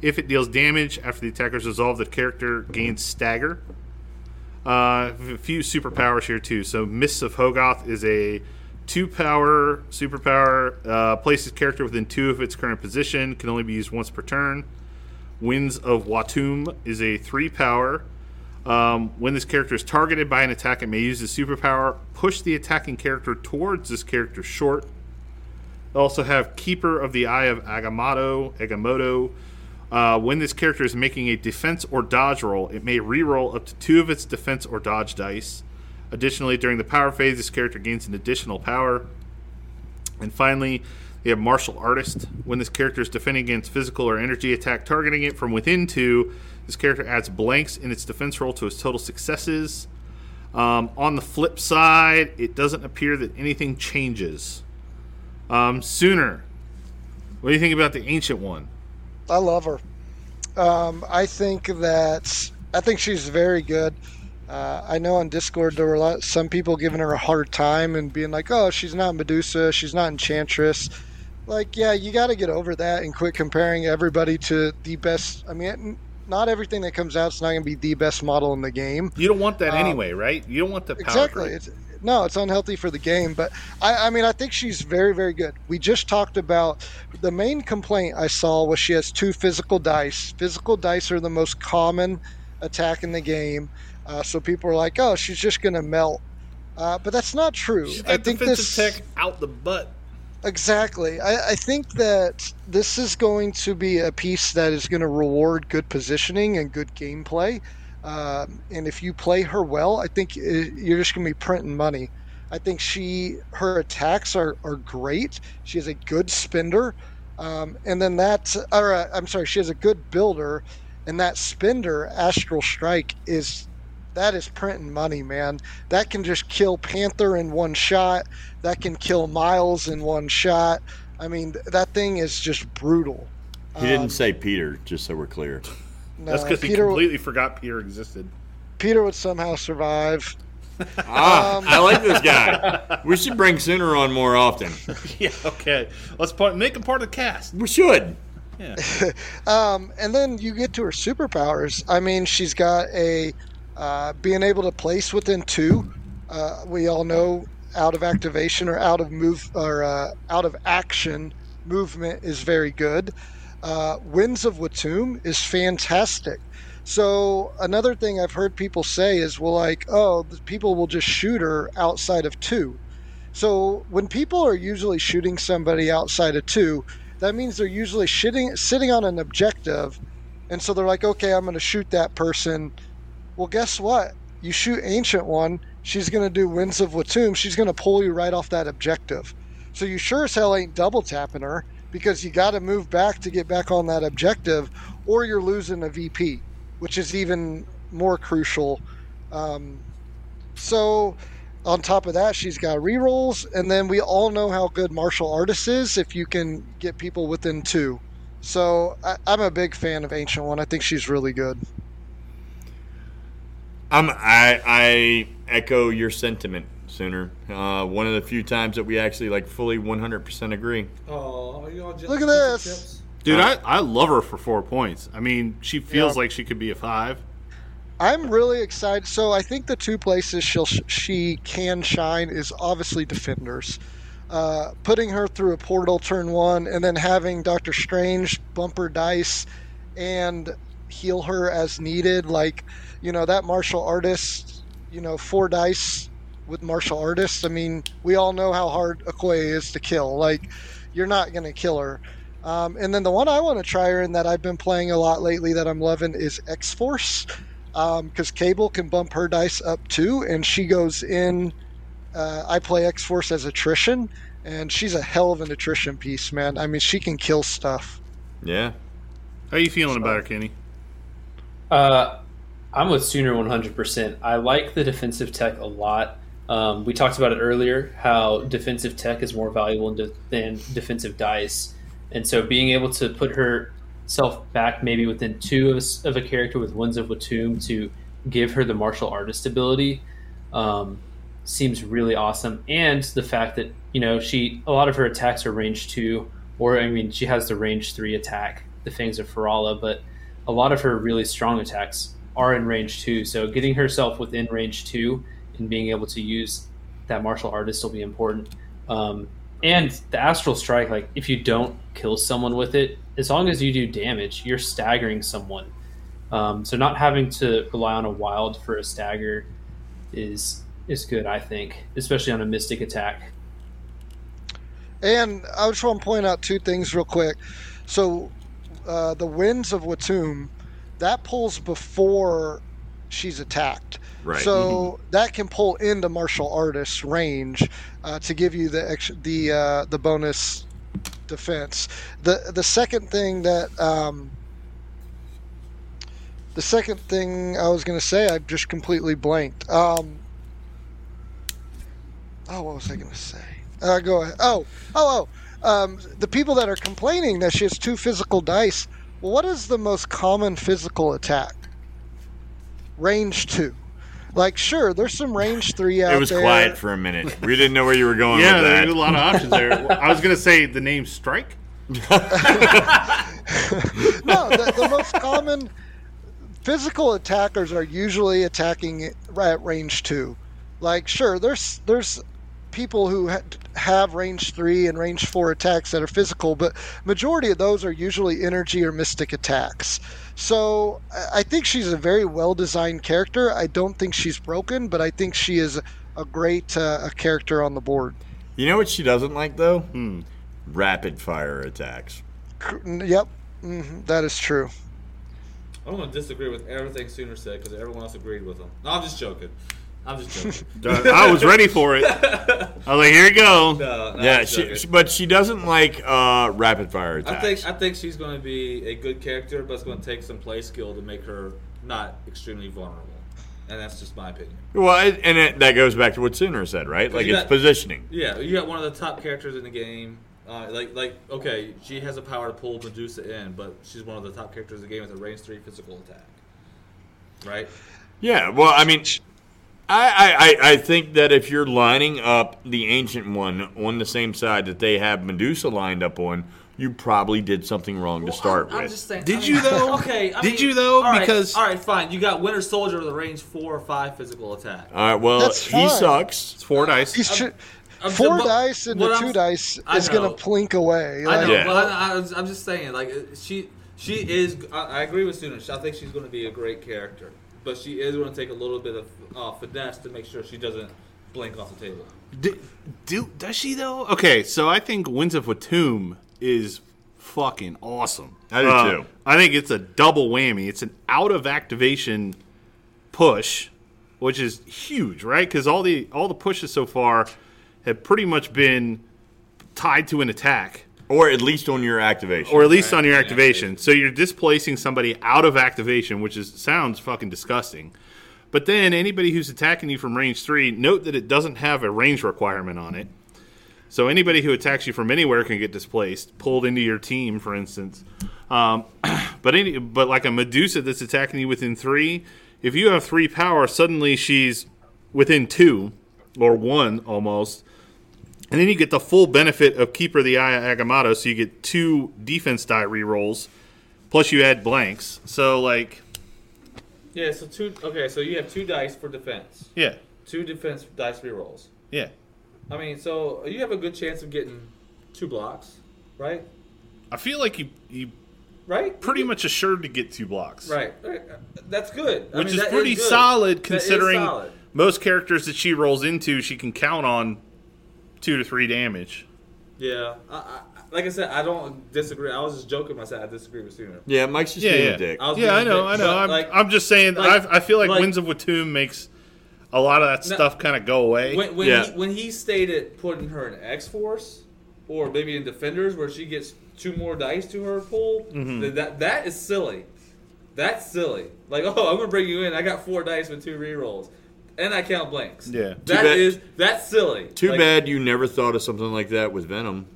If it deals damage after the attacker is resolved, the character gains stagger. Uh, a few superpowers here too. So Mists of Hogoth is a two power superpower. Uh, places character within two of its current position. Can only be used once per turn. Winds of Watum is a three power. Um, when this character is targeted by an attack, it may use the superpower. Push the attacking character towards this character short. I also have Keeper of the Eye of Agamotto. Agamotto. Uh, when this character is making a defense or dodge roll, it may reroll up to two of its defense or dodge dice. Additionally, during the power phase, this character gains an additional power. And finally, they have Martial Artist. When this character is defending against physical or energy attack targeting it from within two, this character adds blanks in its defense roll to its total successes. Um, on the flip side, it doesn't appear that anything changes. Um, Sooner, what do you think about the Ancient One?
I love her. Um, I think that I think she's very good. Uh, I know on Discord there were a lot, some people giving her a hard time and being like, "Oh, she's not Medusa, she's not Enchantress." Like, yeah, you got to get over that and quit comparing everybody to the best. I mean, n- not everything that comes out is not going to be the best model in the game.
You don't want that
Um,
anyway, right? You don't want the power.
Exactly.
grid.
It's, no, it's unhealthy for the game. But I, I mean, I think she's very, very good. We just talked about the main complaint I saw was she has two physical dice. Physical dice are the most common attack in the game. Uh, so people are like, oh, she's just going to melt. Uh, but that's not true.
She's got
I think
defensive
this Uh,
tech out the butt.
Exactly. I, I think that this is going to be a piece that is going to reward good positioning and good gameplay. Um, and if you play her well, I think uh, you're just going to be printing money. I think she her attacks are, are great. She is a good spender, um, and then that or uh, I'm sorry, she is a good builder, and that spender Astral Strike is that is printing money, man. That can just kill Panther in one shot. That can kill Miles in one shot. I mean, th- that thing is just brutal.
He didn't say Peter, just so we're clear.
That's
No,
because he
Peter,
completely forgot Peter existed.
Peter would somehow survive.
Ah,
Um,
I like this guy. We should bring Sooner on more often.
yeah. Okay. Let's part, make him part of the cast.
We should.
Yeah.
Um, and then you get to her superpowers. I mean, she's got a uh, being able to place within two. Uh, we all know out of activation or out of move or uh, out of action movement is very good. Uh, Winds of Watum is fantastic. So another thing I've heard people say is, well, like, oh, the people will just shoot her outside of two. So when people are usually shooting somebody outside of two, that means they're usually shitting, sitting on an objective, and so they're like, okay, I'm going to shoot that person. Well, guess what? You shoot Ancient One, she's going to do Winds of Watum. She's going to pull you right off that objective. So you sure as hell ain't double tapping her because you got to move back to get back on that objective, or you're losing a VP, which is even more crucial. Um, so on top of that, she's got rerolls, and then we all know how good martial artist is if you can get people within two. So I, I'm a big fan of Ancient One. I think she's really good.
I'm, I I echo your sentiment, Sooner. Uh, one of the few times that we actually like fully 100% agree.
Oh, you all just
Look at this.
Dude, I, I love her for four points. I mean, she feels
Yeah.
like she could be a five.
I'm really excited. So I think the two places she'll she can shine is obviously defenders. Uh, putting her through a portal turn one, and then having Doctor Strange bump her dice and heal her as needed. Like, you know, that martial artist, you know, four dice with martial artists. I mean, we all know how hard Okoye is to kill. Like, you're not going to kill her. Um, and then the one I want to try her in that I've been playing a lot lately that I'm loving is X Force because Cable can bump her dice up too, and she goes in. Uh, I play X Force as attrition, and she's a hell of an attrition piece, man. I mean, she can kill stuff.
Yeah.
How are you feeling about her, Kenny?
Uh, I'm with Sooner 100%. I like the defensive tech a lot. Um, we talked about it earlier how defensive tech is more valuable than than defensive dice. And so being able to put her self back maybe within two of, s- of a character with Winds of Watum to give her the martial artist ability um, seems really awesome. And the fact that you know she a lot of her attacks are range two, or I mean she has the range three attack, the Fangs of Ferala, but a lot of her really strong attacks are in range two. So getting herself within range two and being able to use that martial artist will be important. Um, and the astral strike, like if you don't kill someone with it, as long as you do damage, you're staggering someone. Um, so not having to rely on a wild for a stagger is is good, I think, especially on a mystic attack.
And I just want to point out two things real quick. So, uh, the winds of Watum, that pulls before she's attacked.
Right.
So that can pull into martial artist range uh, to give you the ex- the uh, the bonus defense. The the second thing that um, the second thing I was going to say, I just completely blanked. Um, oh, what was I going to say? Uh, go ahead. Oh, oh, oh. Um, the people that are complaining that she has two physical dice. Well, what is the most common physical attack? Range two. Like, sure, there's some range three out there.
It was quiet for a minute. We didn't know where you were going
Yeah,
with that.
there's a lot of options there. I was gonna say the name Strike.
no, the, the most common physical attackers are usually attacking right at range two. Like, sure, there's there's people who ha- have range three and range four attacks that are physical, but majority of those are usually energy or mystic attacks. So I- I think she's a very well designed character. I don't think she's broken, but I think she is a great uh, a character on the board.
You know what she doesn't like though? Hmm. Rapid fire attacks.
Cr- Yep, hmm that is true.
I'm gonna disagree with everything Sooner said because everyone else agreed with him. No, I'm just joking. I'm just joking.
I was ready for it. I was like, here you go.
No, no, I'm
Yeah,
just
she,
joking.
she- but she doesn't like uh, rapid fire
I
attacks.
think I think she's going to be a good character, but it's going to take some play skill to make her not extremely vulnerable, and that's just my opinion.
well, it, and it, that goes back to what Sooner said, right? Like
you
it's
got-
positioning.
Yeah, you got one of the top characters in the game. Uh, like like okay, she has the power to pull Medusa in, but she's one of the top characters in the game with a range three physical attack. Right?
Yeah. Well, I mean, I, I, I- I think that if you're lining up the ancient one on the same side that they have Medusa lined up on, you probably did something wrong to start
I'm
with.
just saying.
Did
I
you,
mean,
though?
Okay. I
Did
mean,
you, though?
all right,
Because-
all right, fine. You got Winter Soldier with a range four or five physical attack.
All right. Well,
That's
he
fine.
sucks.
It's four dice.
He's tr-
I'm-
four
but-
dice and
what
the
I'm-
two dice
I
is going
know.
to plink
I
away. Like,
know.
Yeah.
Well, I, I was, I'm just saying, like uh, she, she is. I, I agree with Suna. I think she's going to be a great character, but she is going to take a little bit of uh, finesse to make sure she doesn't blink off the table.
Do, do does she though? Okay, so I think Winds of Watum is fucking awesome.
I do,
Uh,
too.
I think it's a double whammy. It's an out of activation push, which is huge, right? Because all the all the pushes so far have pretty much been tied to an attack,
Or at least on your activation.
or at least on your
Yeah.
activation. So you're displacing somebody out of activation, which is sounds fucking disgusting. But then anybody who's attacking you from range three, note that it doesn't have a range requirement on it. So anybody who attacks you from anywhere can get displaced, pulled into your team, for instance. Um, but any, but like a Medusa that's attacking you within three, if you have three power, suddenly she's within two or one almost, and then you get the full benefit of Keeper of the Eye Agamotto, so you get two defense die rerolls, plus you add blanks. So like,
Yeah. So two. Okay. So you have two dice for defense.
yeah,
Two defense dice rerolls.
yeah.
I mean, so you have a good chance of getting two blocks, right?
I feel like you you
Right.
pretty much assured to get two blocks.
Right. right. That's good. I
which
mean,
is
that
pretty
good.
solid
That is
considering
solid.
most characters that she rolls into, she can count on two to three damage.
Yeah. I, I, like I said, I don't disagree. I was just joking myself. I disagree with Sooner.
yeah, Mike's just
Yeah,
being
yeah.
a dick.
I was
yeah,
being
I know,
a
I
dick,
know.
but,
I'm,
like-
I'm just saying.
like-
i I feel like,
like-
Winds of Watum makes a lot of that
No.
stuff kind of go away.
When, when,
Yeah.
he, when he stated putting her in X Force, or maybe in Defenders, where she gets two more dice to her pull,
Mm-hmm.
th- that that is silly. That's silly. Like, oh, I'm gonna bring you in. I got four dice with two rerolls, and I count blanks.
Yeah. Too
that
bad-
is that's silly.
Too
Like,
bad you never thought of something like that with Venom.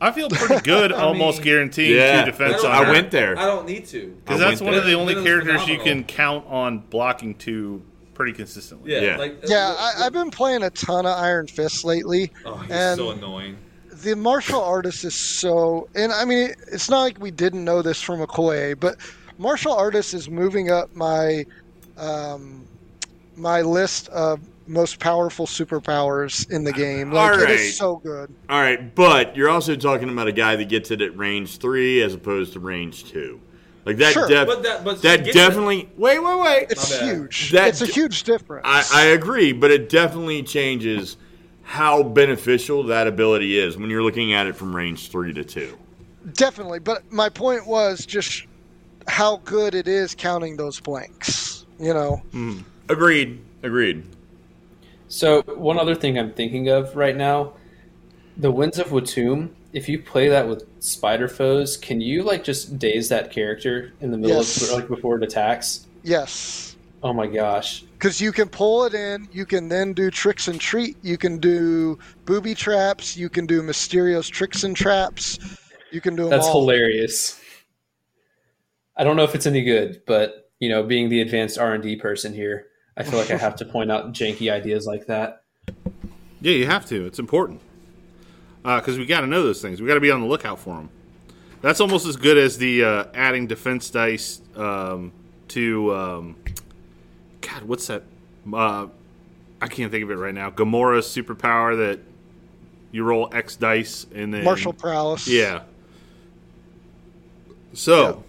I feel pretty good, almost
mean-
guaranteeing
Yeah.
two defense
I
on
I
her.
went there.
I don't need to.
Because
I
that's
went
one of the
there.
only
It was
characters you can
phenomenal.
count on blocking two pretty consistently.
Yeah,
Yeah.
like uh,
Yeah, I, I've been playing a ton of Iron Fist lately.
Oh, he's
and-
so annoying.
the martial artist is so and i mean it's not like we didn't know this from okoye but martial artist is moving up my um, my list of most powerful superpowers in the game like it
Alright.
is so good
All right, but you're also talking about a guy that gets it at range three as opposed to range two. Like that,
Sure.
def-
But that- but
that
get-
definitely. Wait, wait, wait.
it's
bad.
huge
That-
it's a huge difference
I, I agree, but it definitely changes how beneficial that ability is when you're looking at it from range three to two.
definitely but my point was just how good it is counting those blanks you know
Agreed. Agreed.
So one other thing I'm thinking of right now, the Winds of Watum. If you play that with spider foes, can you like just daze that character in the middle
Yes.
of like before it attacks?
yes
Oh my gosh!
because you can pull it in you can then do tricks and treat you can do booby traps you can do mysterious tricks and traps you can do 'em
That's
all.
hilarious. I don't know if it's any good, but you know, being the advanced R and D person here, I feel like I have to point out janky ideas like that.
Yeah, you have to. It's important because we got to know those things. We got to be on the lookout for them. That's almost as good as the uh, adding defense dice um, to um, God. What's that? Uh, I can't think of it right now. Gamora's superpower that you roll X dice and then
martial prowess
Yeah. So,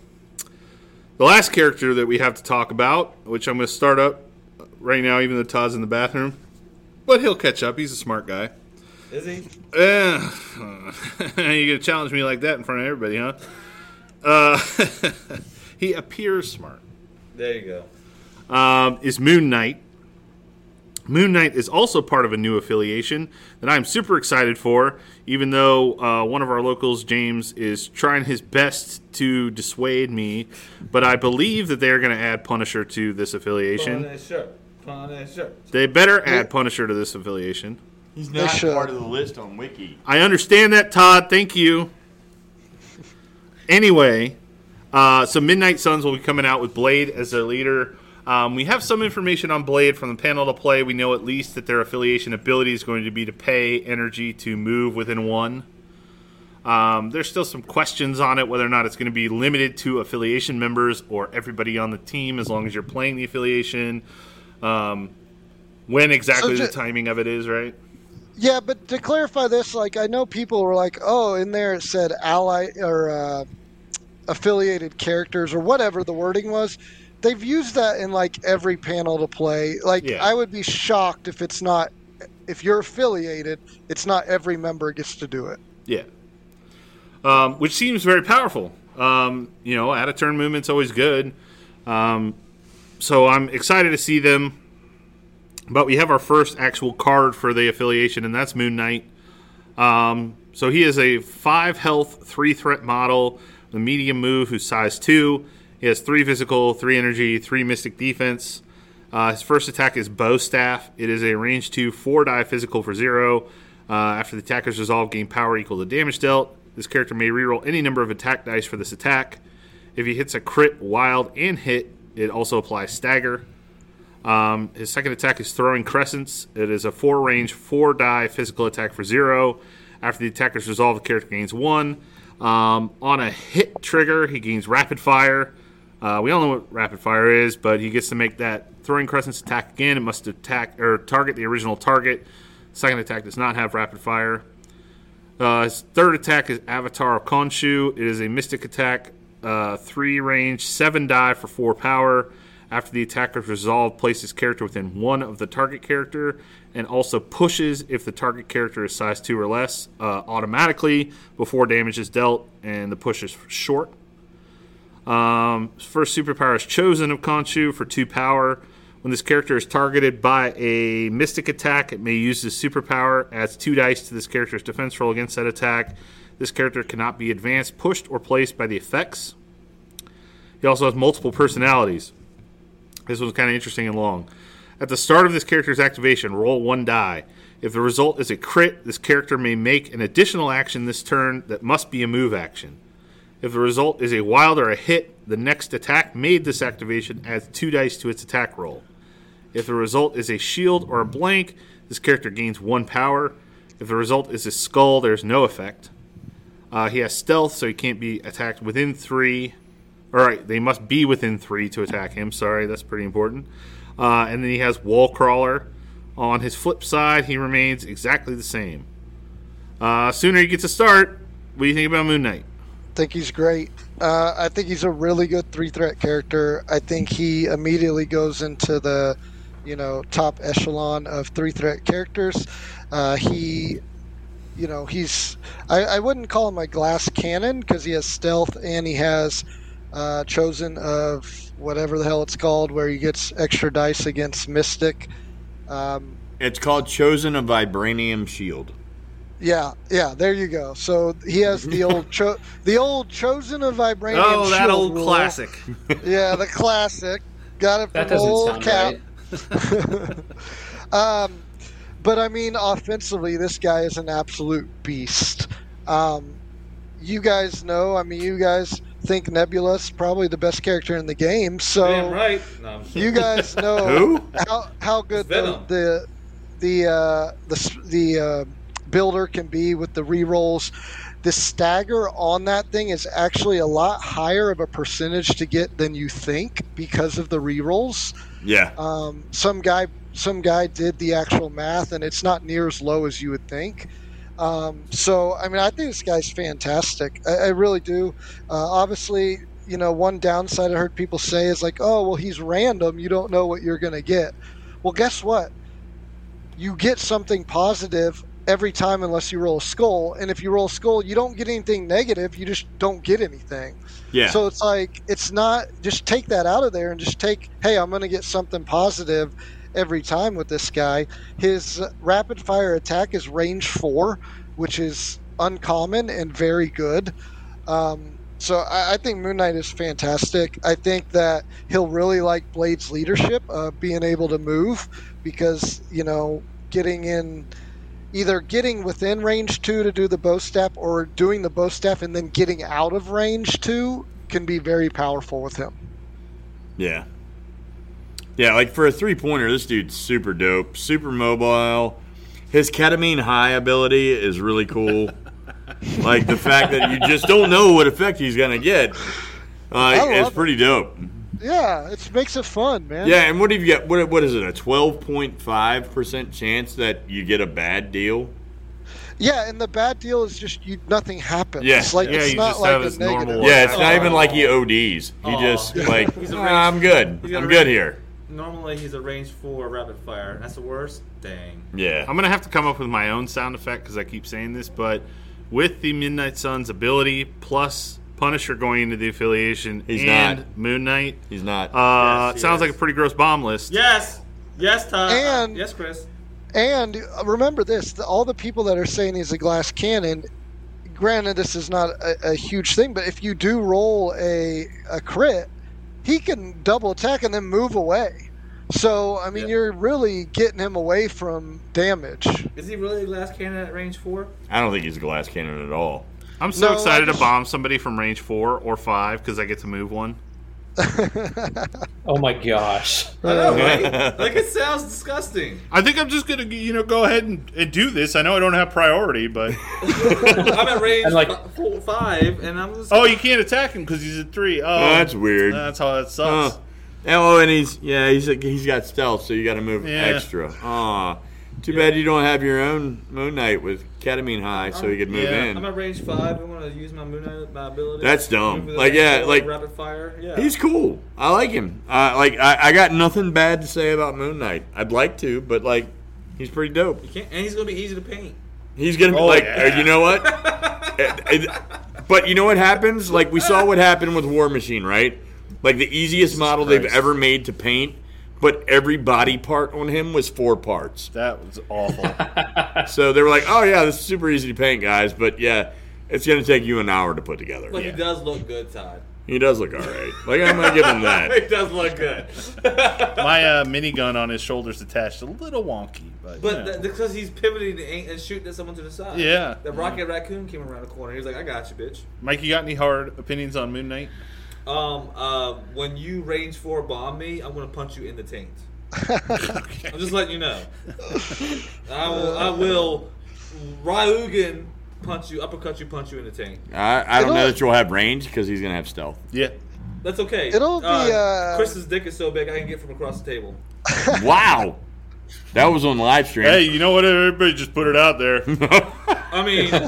the last character that we have to talk about, which I'm going to start up right now, even though Todd's in the bathroom, but he'll catch up. He's a smart guy.
Is he?
Eh, You're going to challenge me like that in front of everybody, huh? Uh, he appears smart
There you go.
um, is Moon Knight. Moon Knight is also part of a new affiliation that I'm super excited for, even though uh, one of our locals, James, is trying his best to dissuade me. But I believe that they are going to add Punisher to this affiliation.
Punisher. Punisher.
They better add Punisher to this affiliation.
He's
They should. part of
the list on Wiki.
I understand that, Todd. Thank you. Anyway, uh, so Midnight Suns will be coming out with Blade as their leader. Um, we have some information on Blade from the panel to play. We know at least that their affiliation ability is going to be to pay energy to move within one. Um, there's still some questions on it whether or not it's going to be limited to affiliation members or everybody on the team as long as you're playing the affiliation. Um, when exactly
ju-
the timing of it is, right?
yeah but to clarify this like i know people were like oh in there it said ally or uh, affiliated characters or whatever the wording was they've used that in like every panel to play like
Yeah.
i would be shocked if it's not if you're affiliated it's not every member gets to do it
Yeah. Um, which seems very powerful. Um, you know, out of turn movement's always good. Um, so I'm excited to see them. But we have our first actual card for the affiliation, and that's Moon Knight. Um, so he is a five health, three threat model, the medium move, who's size two. He has three physical, three energy, three mystic defense. Uh, his first attack is bow staff. It is a range two, four die physical for zero. Uh, after the attacker's resolve, gain power equal to damage dealt. This character may reroll any number of attack dice for this attack. If he hits a crit, wild, and hit, it also applies stagger. Um, his second attack is throwing crescents. It is a four range, four die physical attack for zero. After the attacker's resolve, the character gains one. Um, on a hit trigger, he gains rapid fire. Uh, we all know what rapid fire is, but he gets to make that throwing crescents attack again. It must attack or target the original target. Second attack does not have rapid fire. Uh, his third attack is Avatar of Khonshu. It is a mystic attack, uh, three range, seven die for four power. After the attacker's resolve, places character within one of the target character, and also pushes if the target character is size two or less uh, automatically before damage is dealt, and the push is short. Um, first superpower is Chosen of Khonshu for two power. When this character is targeted by a mystic attack, it may use this superpower, adds two dice to this character's defense roll against that attack. This character cannot be advanced, pushed, or placed by the effects. He also has multiple personalities. This one's kind of interesting and long. At the start of this character's activation, roll one die. If the result is a crit, this character may make an additional action this turn that must be a move action. If the result is a wild or a hit, the next attack made this activation adds two dice to its attack roll. If the result is a shield or a blank, this character gains one power. If the result is a skull, there's no effect. Uh, he has stealth, so he can't be attacked within three. All right, they must be within three to attack him. Sorry, that's pretty important. Uh, and then he has wall crawler. On his flip side, he remains exactly the same. Uh, sooner he gets a start. What do you think about Moon Knight?
think he's great. Uh, I think he's a really good three threat character. I think he immediately goes into the, you know, top echelon of three threat characters. Uh, he, you know, he's. I, I wouldn't call him a glass cannon because he has stealth and he has uh, chosen of whatever the hell it's called, where he gets extra dice against mystic. Um,
It's called Chosen of Vibranium Shield.
yeah, yeah, there you go. So he has the old cho- the old chosen of vibranium.
Oh, that
shield
old
rule.
classic.
Yeah, the classic. Got it
That
from
doesn't sound
old Cap. um, but I mean, offensively, this guy is an absolute beast. Um, you guys know. I mean, you guys think Nebula's probably the best character in the game. So
Damn right. No, I'm just-
you guys know how, how good the
Venom.
the the uh, the, s- the uh, builder can be with the rerolls. The stagger on that thing is actually a lot higher of a percentage to get than you think because of the rerolls.
Yeah.
Um, some guy some guy did the actual math, and it's not near as low as you would think. Um, so, I mean, I think this guy's fantastic. I, I really do. Uh, obviously, you know, one downside I heard people say is like, oh, well, he's random. You don't know what you're going to get. Well, guess what? You get something positive every time unless you roll a skull. And if you roll a skull, you don't get anything negative. You just don't get anything.
Yeah.
So it's like, it's not, just take that out of there and just take, hey, I'm going to get something positive every time with this guy. His rapid fire attack is range four, which is uncommon and very good. Um, so I, I think Moon Knight is fantastic. I think that he'll really like Blade's leadership, uh, being able to move, because you know getting in, either getting within range two to do the bow step, or doing the bow step and then getting out of range two can be very powerful with him.
Yeah. Yeah, like for a three pointer, this dude's super dope, super mobile. His ketamine high ability is really cool. like the fact that you just don't know what effect he's gonna get. Uh,
love
it's
it.
pretty dope.
Yeah, it makes it fun, man.
Yeah, and what do you get? What what is it? A twelve point five percent chance that you get a bad deal?
Yeah, and the bad deal is just you nothing happens.
Yeah.
It's like
Yeah,
it's
you
not
just
like
have
a
his
negative.
normal life.
Yeah, it's not
Aw.
even like he ODs. He
Aw.
just like
Oh. He's a
"Nah,
rich-
I'm good.
he's a
I'm
rich-
good here.
Normally he's a range four rapid fire. That's the worst. Dang.
Yeah.
I'm gonna have to come up with my own sound effect because I keep saying this, but with the Midnight Sun's ability plus Punisher going into the affiliation
He's
and
not.
Moon Knight,
He's not.
uh,
Yes,
it
he
sounds
is.
like a pretty gross bomb list.
Yes. Yes, Todd. Uh,
And-
yes, Chris.
And remember this: the, all the people that are saying he's a glass cannon. Granted, this is not a, a huge thing, but if you do roll a a crit, he can double attack and then move away. So I mean,
Yeah.
you're really getting him away from damage.
Is he really last cannon at range four?
I don't think he's a glass cannon at all.
I'm so
No, I
excited
just-
to bomb somebody from range four or five because I get to move one.
Oh my gosh.
I know, right? like it sounds disgusting.
I think I'm just gonna, you know, go ahead and, and do this. I know I don't have priority, but
I'm at range
And, like-
fi- four, five, and I'm just.
oh, you can't attack him because he's at three. Oh,
That's weird.
That's how that sucks.
Uh, oh, and he's yeah, he's he's got stealth, so you got to move
Yeah.
extra. Aw, too bad you don't have your own Moon Knight with ketamine high, so he could move
Yeah.
I'm
in.
at range five. I'm gonna use my moon Knight- my ability.
That's dumb.
Move with
Like,
a-
yeah,
with a
like-
rapid fire. Yeah.
He's cool. I like him. I like. I, I got nothing bad to say about Moon Knight. I'd like to, but like, he's pretty dope.
You can't, and he's gonna be easy to paint.
He's gonna be
Oh,
like,
yeah.
uh, you know what? Uh, uh, but you know what happens? Like we saw what happened with War Machine, right? Like the easiest model they've
Christ.
ever made to paint, but every body part on him was four parts.
that was awful.
So they were like, "Oh yeah, this is super easy to paint, guys." But yeah, it's gonna take you an hour to put together.
But he does look good, Todd.
He does look all right. Like I'm gonna give him that.
it does look good.
My uh, minigun on his shoulders attached, a little wonky, but,
But
you know.
th- because he's pivoting to aim- and shooting at someone to the side.
Yeah.
The Rocket Raccoon came around the corner. He was like, I got you, bitch.
Mike, you got any hard opinions on Moon Knight?
Um, uh, when you range four bomb me, I'm gonna punch you in the taint. I'm just letting you know. I will, I will Ryugan punch you, uppercut you, punch you in the taint.
I, I don't know
It'll-
that you'll have range because he's gonna have stealth.
Yeah.
That's okay.
It'll be, uh,
Chris's dick is so big I can get from across the table.
Wow, that was on live stream.
Hey, you know what? Everybody just put it out there.
I mean, Chris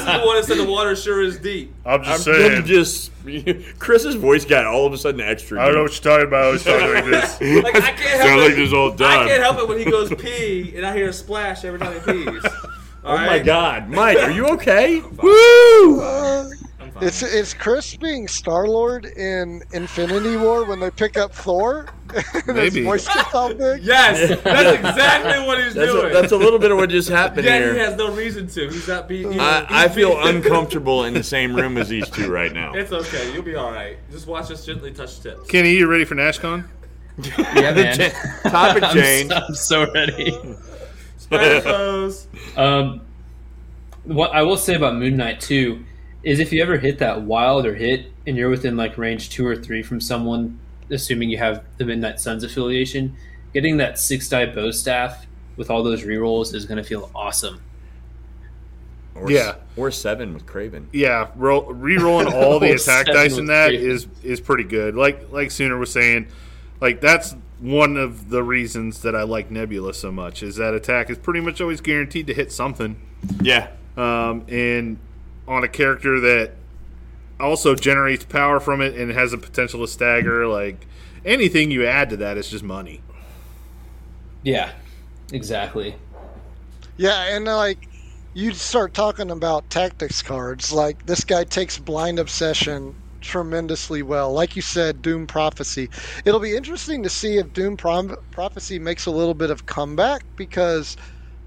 is the one that said the water sure is deep.
I'm
I'm
just saying.
I'm just Chris's voice got all of a sudden extra.
I don't know what you're talking about. I was talking like this.
deep.
Like I can't help
Sound
it.
like this all
I can't
done.
help it when he goes pee and I hear a splash every time he pees. All
Oh my
right?
God, Mike, are you okay? Woo!
Uh,
I'm fine.
it's it's Chris being Star Lord in Infinity War when they pick up Thor. and
Maybe.
His voice gets all big.
Yes, that's exactly what he's
That's a,
doing.
that's a little bit of what just happened
yeah,
here.
he has no reason to. He's not being. he's-
I, I
he's
feel
being-
uncomfortable in the same room as these two right now.
It's okay. You'll be all right. Just watch us gently touch tips.
Kenny, you ready for NashCon?
Yeah, man.
Cha- topic
I'm,
change.
so, I'm so ready.
Spider pose.
Um, what I will say about Moon Knight too is if you ever hit that wild or hit and you're within like range two or three from someone, assuming you have the Midnight Suns affiliation, getting that six die bow staff with all those rerolls is going to feel awesome.
Or,
Yeah.
Or seven with Craven.
Yeah, roll, re-rolling all the
Oh,
attack
seven
dice in
was
that
great.
is is pretty good. Like like Sooner was saying, like that's one of the reasons that I like Nebula so much is that attack is pretty much always guaranteed to hit something.
Yeah.
um, and on a character that also generates power from it and has a potential to stagger. Like anything you add to that is just money.
Yeah, exactly.
Yeah, and uh, like you start talking about tactics cards, like this guy takes blind obsession tremendously well. Like you said, Doom Prophecy. It'll be interesting to see if Doom Prom- Prophecy makes a little bit of comeback because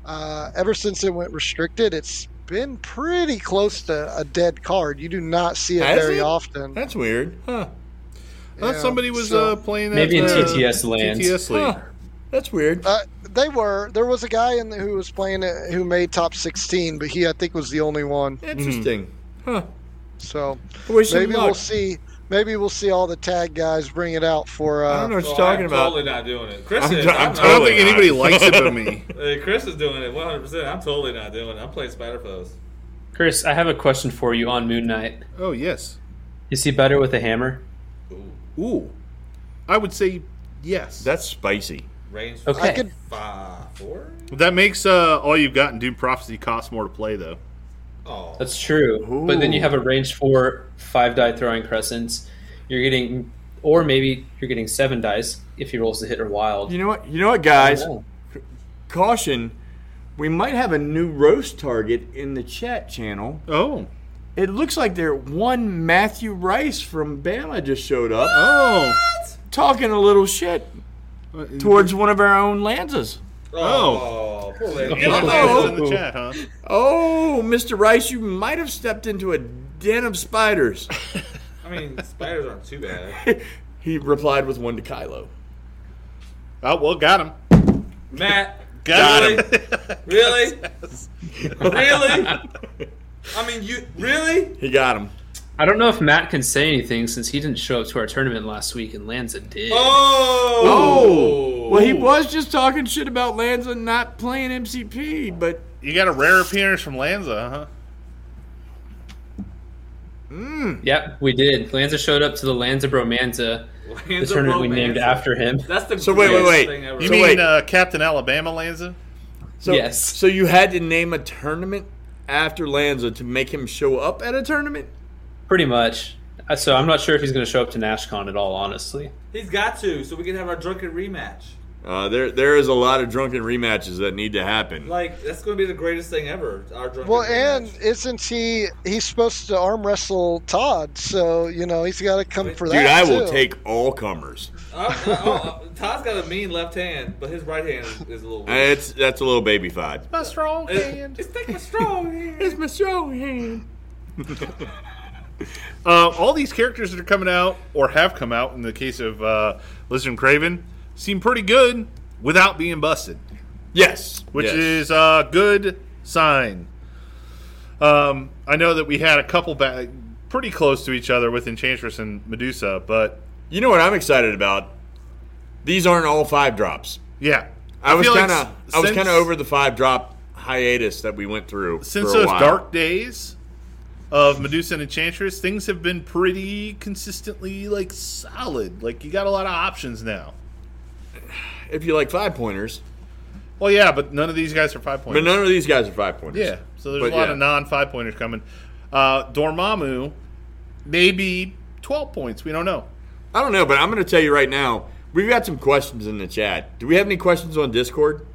uh, ever since it went restricted, it's been pretty close to a dead card. You do not see it
Has
very
it?
often.
That's weird. Huh.
I thought
Yeah,
somebody was
so-
uh, playing that
Maybe in
uh,
TTS land.
TTS league.
Huh. That's weird.
Uh, they were. There was a guy in the, who was playing it who made top 16, but he, I think, was the only one.
Interesting. Huh.
So
Hmm. I wish him
maybe
luck.
we'll see. Maybe we'll see all the tag guys bring it out for. Uh,
I don't know what
Oh,
you're talking
I'm
about.
Totally not doing it. Chris
I'm
is.
t-
I'm
I'm
not-
I don't
Totally
think anybody
not.
likes it but me.
Hey, Chris is doing it 100. percent I'm totally not doing it. I'm playing spider pose.
Chris, I have a question for you on Moon Knight.
Oh yes.
Is he better with a hammer?
Ooh, I would say yes.
That's spicy.
Range
Okay.
I could.
five, four.
that makes uh, all you've got in Doom Prophecy cost more to play though.
Oh,
That's true. But then you have a range four, five die throwing crescents. You're getting, or maybe you're getting seven dice if he rolls the hit or wild.
You know what? You know what, guys?
Oh.
Caution. We might have a new roast target in the chat channel.
Oh,
It looks like there one Matthew Rice from Bama just showed up,
oh,
talking a little shit towards one of our own Lanzas.
oh, poor lady.
Yeah,
Oh.
it's in the chat, huh?
Oh, Mr. Rice, you might have stepped into a den of spiders.
I mean, spiders aren't too bad.
he replied with one to Kylo.
Oh well, got him.
Matt.
Got
really?
him.
Really? really? I mean, you really?
He got him.
I don't know if Matt can say anything since he didn't show up to our tournament last week and Lanza did.
Oh.
Well, he was just talking shit about Lanza not playing MCP, but
You got a rare appearance from Lanza, huh?
Yep, we did. Lanza showed up to the Lanza Bromanza, the
Lands of
tournament we
romance.
named after him.
That's the
So wait, wait,
greatest
wait.
thing ever.
You
So
mean
wait.
uh, Captain Alabama Lanza?
so
Yes.
so you had to name a tournament after Lanza to make him show up at a tournament.
Pretty much. Uh, So I'm not sure if he's going to show up to NashCon at all, honestly.
He's got to, so we can have our drunken rematch.
Uh, there there is a lot of drunken rematches that need to happen.
Like that's going to be the greatest thing ever. Our drunken
Well, and
rematch.
isn't he? He's supposed to arm wrestle Todd, so you know he's got to come for that.
Dude, I will
too.
take all comers.
Uh, uh, oh, uh, Todd's got a mean left hand, but his right hand is, is a little. Weird.
Uh, It's that's a little baby fied.
My strong
It's, it's like a strong hand.
my strong hand.
Uh, all these characters that are coming out or have come out in the case of uh, Lizard and Craven seem pretty good without being busted,
Yes.
which
Yes.
is a good sign. Um, I know that we had a couple ba- pretty close to each other with Enchantress and Medusa, but
You know what I'm excited about? These aren't all five drops.
yeah,
I, was
feel like
kind of I was
since-
kind of over the five drop hiatus that we went through
since
for a
those
while.
dark days of Medusa and Enchantress, things have been pretty consistently like solid. Like you got a lot of options now.
If you like five pointers,
Well, yeah, but none of these guys are five
but
pointers.
none of these guys are five pointers.
yeah, so there's
But
a lot
yeah.
of non five pointers coming. Uh, Dormammu, maybe twelve points. We don't know.
I don't know, but I'm going to tell you right now. We've got some questions in the chat. Do we have any questions on Discord?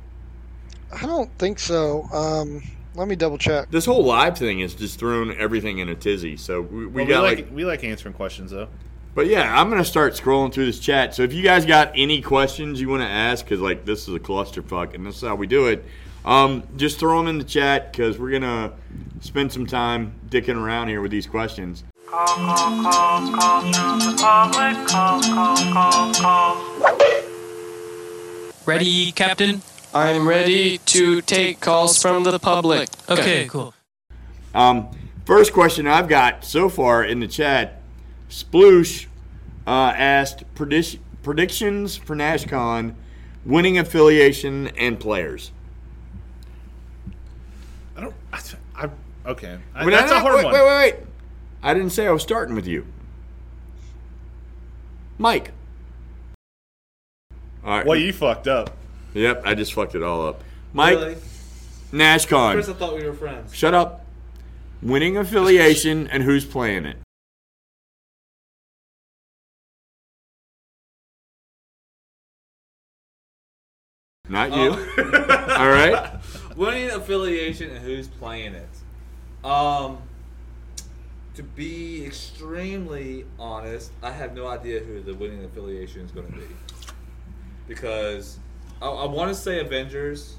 I don't think so. Um, let me double check.
This whole live thing has just thrown everything in a tizzy. So we, we
Well,
got
like,
like
we like answering questions though.
But yeah, I'm gonna start scrolling through this chat. So if you guys got any questions you want to ask, because like this is a clusterfuck and this is how we do it, um, just throw them in the chat because we're gonna spend some time dicking around here with these questions.
Call, call, call, call to the public. Call, call, call, call.
Ready, Captain?
I'm ready to take calls from the public.
Okay, cool.
Um, first question I've got so far in the chat, Sploosh uh, asked predic- predictions for NashCon, winning affiliation and players.
I don't. I, I okay. I,
Wait,
that's
no,
a
no,
hard
wait,
one.
Wait, wait, wait. I didn't say I was starting with you. Mike. All right.
Well, you fucked up.
yep, I just fucked it all up. Mike,
Really? First, I
NashCon.
thought we were friends.
Shut up. Winning affiliation and who's playing it. Not you. all right.
Winning affiliation and who's playing it. Um, to be extremely honest, I have no idea who the winning affiliation is going to be because I, I want to say Avengers,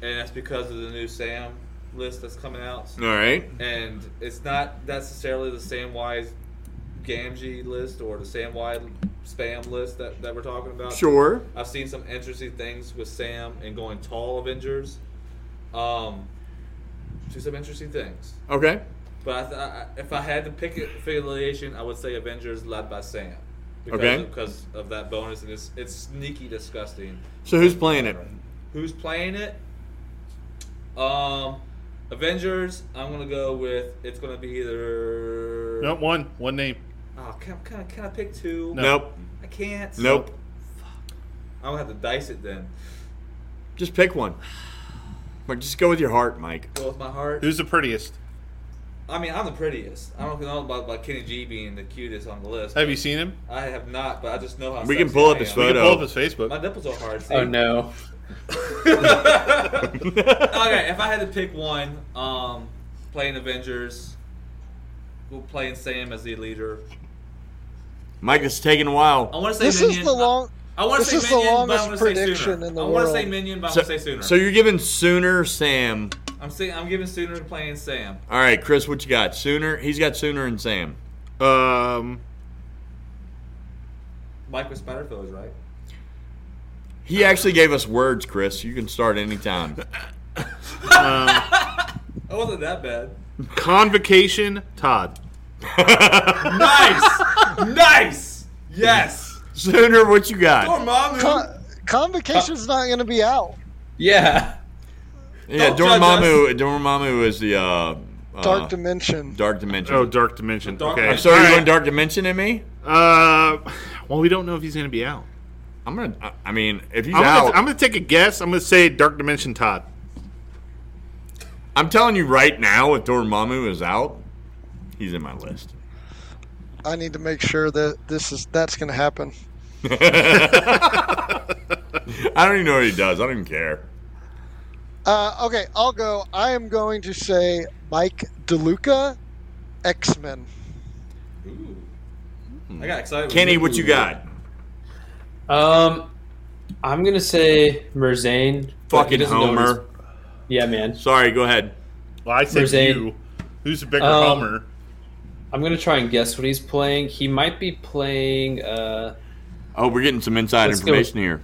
and that's because of the new Sam list that's coming out,
All right.
and it's not necessarily the Samwise Gamgee list or the Samwise spam list that, that we're talking about.
Sure.
I've seen some interesting things with Sam and going tall Avengers. Um, do some interesting things.
Okay.
But I th- I, if I had to pick an affiliation, I would say Avengers led by Sam. Because
Okay.
Because of that bonus, and it's it's sneaky disgusting.
So who's playing it?
Who's playing it? Um, Avengers. I'm gonna go with it's gonna be either.
No, one one name.
Oh, can, I- can, I, can I pick two?
Nope.
I can't.
Nope.
I'm gonna have to dice it then.
Just pick one. Like, just go with your heart, Mike.
Go with my heart.
Who's the prettiest?
I mean, I'm the prettiest. I don't know about, about Kenny G being the cutest on the list.
Have you seen him?
I have not, but I just know how.
We can
sexy
pull up
I
his
am.
We can
Photo.
pull up his Facebook.
My nipples are hard. See?
Oh no.
okay, if I had to pick one, um, playing Avengers, we'll playing Sam as the leader.
Mike, this is taking a while.
I want to say
This
Minion.
is the long.
I, want
this
to say
is the
Minion, but I
longest
wanna say
prediction
Sooner.
in the
I want to
world.
say Minion, but
So,
I'm gonna say Sooner.
so you're giving Sooner Sam.
I'm saying I'm giving Sooner playing Sam.
All right, Chris, what you got? Sooner? He's got Sooner and Sam.
Um,
Mike with Spiderfield is right.
He actually gave us words, Chris. You can start anytime.
I wasn't that bad.
convocation. Todd.
nice, nice, yes.
Sooner, what you got?
Dormammu.
Con- convocation's not going to be out.
Yeah.
Yeah,
don't judge
Dormammu. Dormammu is the uh, uh,
Dark dimension.
Dark dimension.
Oh, Dark Dimension.
Dark
okay.
Dimension.
so are
All
you
right.
going Dark Dimension at me?
Uh, well, we don't know if he's going to be out.
I'm gonna. I- I mean, if he's
I'm
out,
gonna, I'm gonna take a guess. I'm gonna say Dark Dimension Todd.
I'm telling you right now, if Dormammu is out, he's in my list.
I need to make sure that this is that's going to happen.
I don't even know what he does. I don't even care.
Uh, okay, I'll go. I am going to say Mike DeLuca, X Men.
Ooh. I got excited.
Kenny, what you got?
Um, I'm gonna say Merzane. but he
Fucking
doesn't know what
Homer.
he's- Yeah, man.
Sorry, go ahead.
Well, I said
Merzane.
you. Who's a bigger
Um,
Homer?
I'm gonna try and guess what he's playing. He might be playing. Uh,
Oh, we're getting some inside
Let's go.
information here.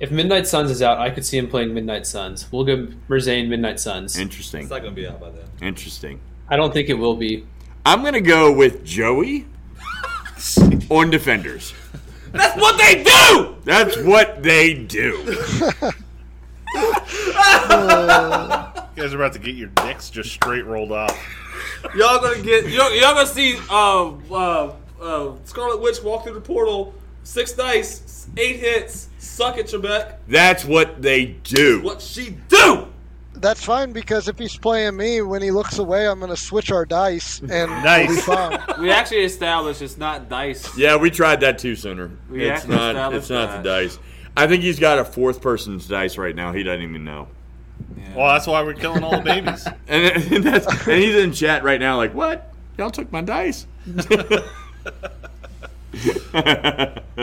if Midnight Suns is out, I could see him playing Midnight Suns. We'll go Merzane Midnight Suns.
Interesting.
It's not going to be out by then.
Interesting.
I don't think it will be.
I'm gonna go with Joey on defenders.
That's what they do!
That's what they do.
You guys are about to get your dicks just straight rolled off.
Y'all gonna get y'all, y'all gonna see uh, uh, uh, Scarlet Witch walk through the portal, six dice, eight hits, suck it, Trebek.
That's what they do.
What she do?
That's fine because if he's playing me, when he looks away, I'm going to switch our dice and we'll be
Nice.
fine.
We actually established it's not dice.
Yeah, we tried that too sooner.
We
it's
actually
not.
established
It's not the
that.
dice. I think he's got a fourth person's dice right now. He doesn't even know.
Well, that's why we're killing all the babies.
And, and, that's, and he's in chat right now, like, what? Y'all took my dice. All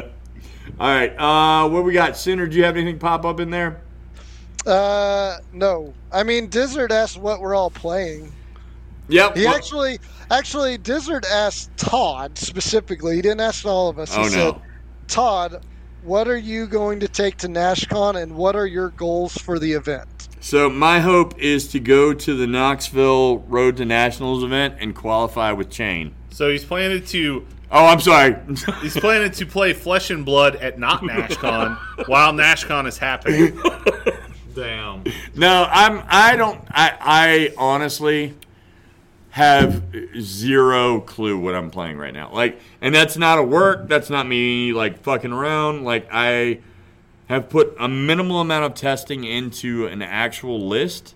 right. Uh, what we got? Sooner, do you have anything pop up in there?
Uh, no. I mean, Dizzard asked what we're all playing.
Yep.
He
well-
actually, actually, Dizzard asked Todd specifically. He didn't ask all of us. He
oh,
said,
no.
Todd, what are you going to take to NashCon and what are your goals for the event?
So, my hope is to go to the Knoxville Road to Nationals event and qualify with Chain.
So he's planning to
Oh, I'm sorry.
he's planning to play Flesh and Blood at not NashCon while NashCon is happening.
Damn.
No, I'm. I don't. I. I honestly have zero clue what I'm playing right now. Like, and that's not a work. That's not me like fucking around. Like, I have put a minimal amount of testing into an actual list.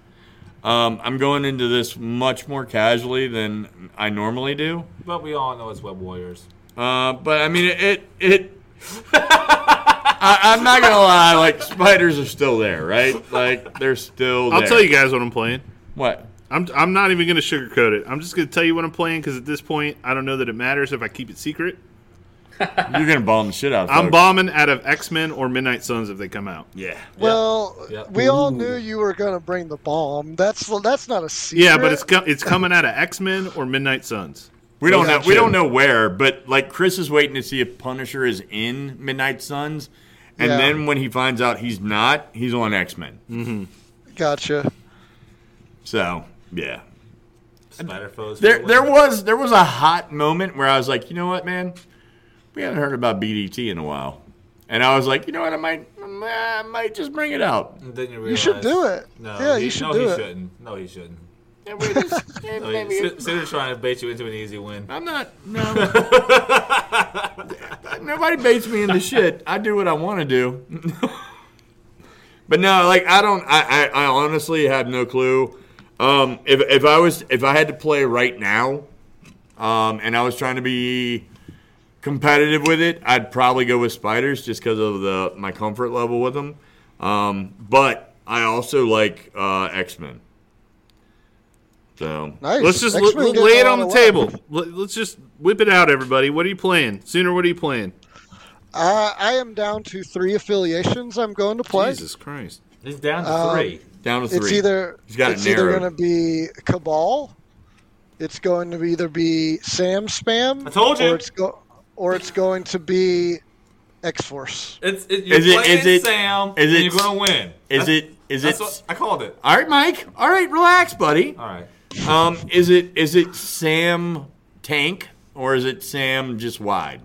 Um, I'm going into this much more casually than I normally do.
But we all know it's Web Warriors.
Uh, but I mean, it it. I, I'm not gonna lie. Like spiders are still there, right? Like they're still. There.
I'll tell you guys what I'm playing.
what.
I'm, I'm not even going to sugarcoat it. I'm just going to tell you what I'm playing because at this point, I don't know that it matters if I keep it secret.
You're gonna bomb the shit out. Of
I'm
bombing.
bombing out of X Men or Midnight Suns if they come out.
Yeah.
Well,
Yep.
we all knew you were going to bring the bomb. That's that's not a secret.
Yeah, but it's co- it's coming out of X Men or Midnight Suns.
We don't know. We don't know where, but like Chris is waiting to see if Punisher is in Midnight Suns, and
Yeah.
then when he finds out he's not, he's on X Men.
gotcha.
So yeah.
Spider foes.
There, there was there was a hot moment where I was like, you know what, man, we haven't heard about BDT in a while, and I was like, you know what, I might, mm, I might just bring it out.
And then you realize.
You should do it.
No,
yeah,
he,
you should
no,
do
he
it.
shouldn't. No, he shouldn't.
And we're just- eh,
No, he,
maybe-
Sid- Sid is trying to bait you into an easy win.
I'm not. No. Nobody baits me into shit. I do what I want to do. but no, like I don't. I, I, I honestly have no clue. Um, if if I was if I had to play right now, um, and I was trying to be competitive with it, I'd probably go with spiders just because of the my comfort level with them. Um, but I also like uh, X Men. So
Nice.
Let's just
X-Men
l-
did
lay
a
it
lot
on the
of work.
table. Let- Let's just whip it out, everybody. What are you playing? Sooner, what are you playing?
Uh, I am down to three affiliations I'm going to play.
Jesus Christ.
He's down to
Um,
three.
down to three.
It's either
He's got it
it's either
narrowed.
going to be Cabal. It's going to either be Sam Spam.
I told you.
Or it's go, or it's going to be X Force.
It's it, you're
Is it-
playing
is it-
Sam,
is
and
it-
you're gonna win.
Is
That's-
it? Is it?
That's what I called it.
all right, Mike. All right, relax, buddy.
All right.
Um, is it? Is it Sam Tank or is it Sam just wide?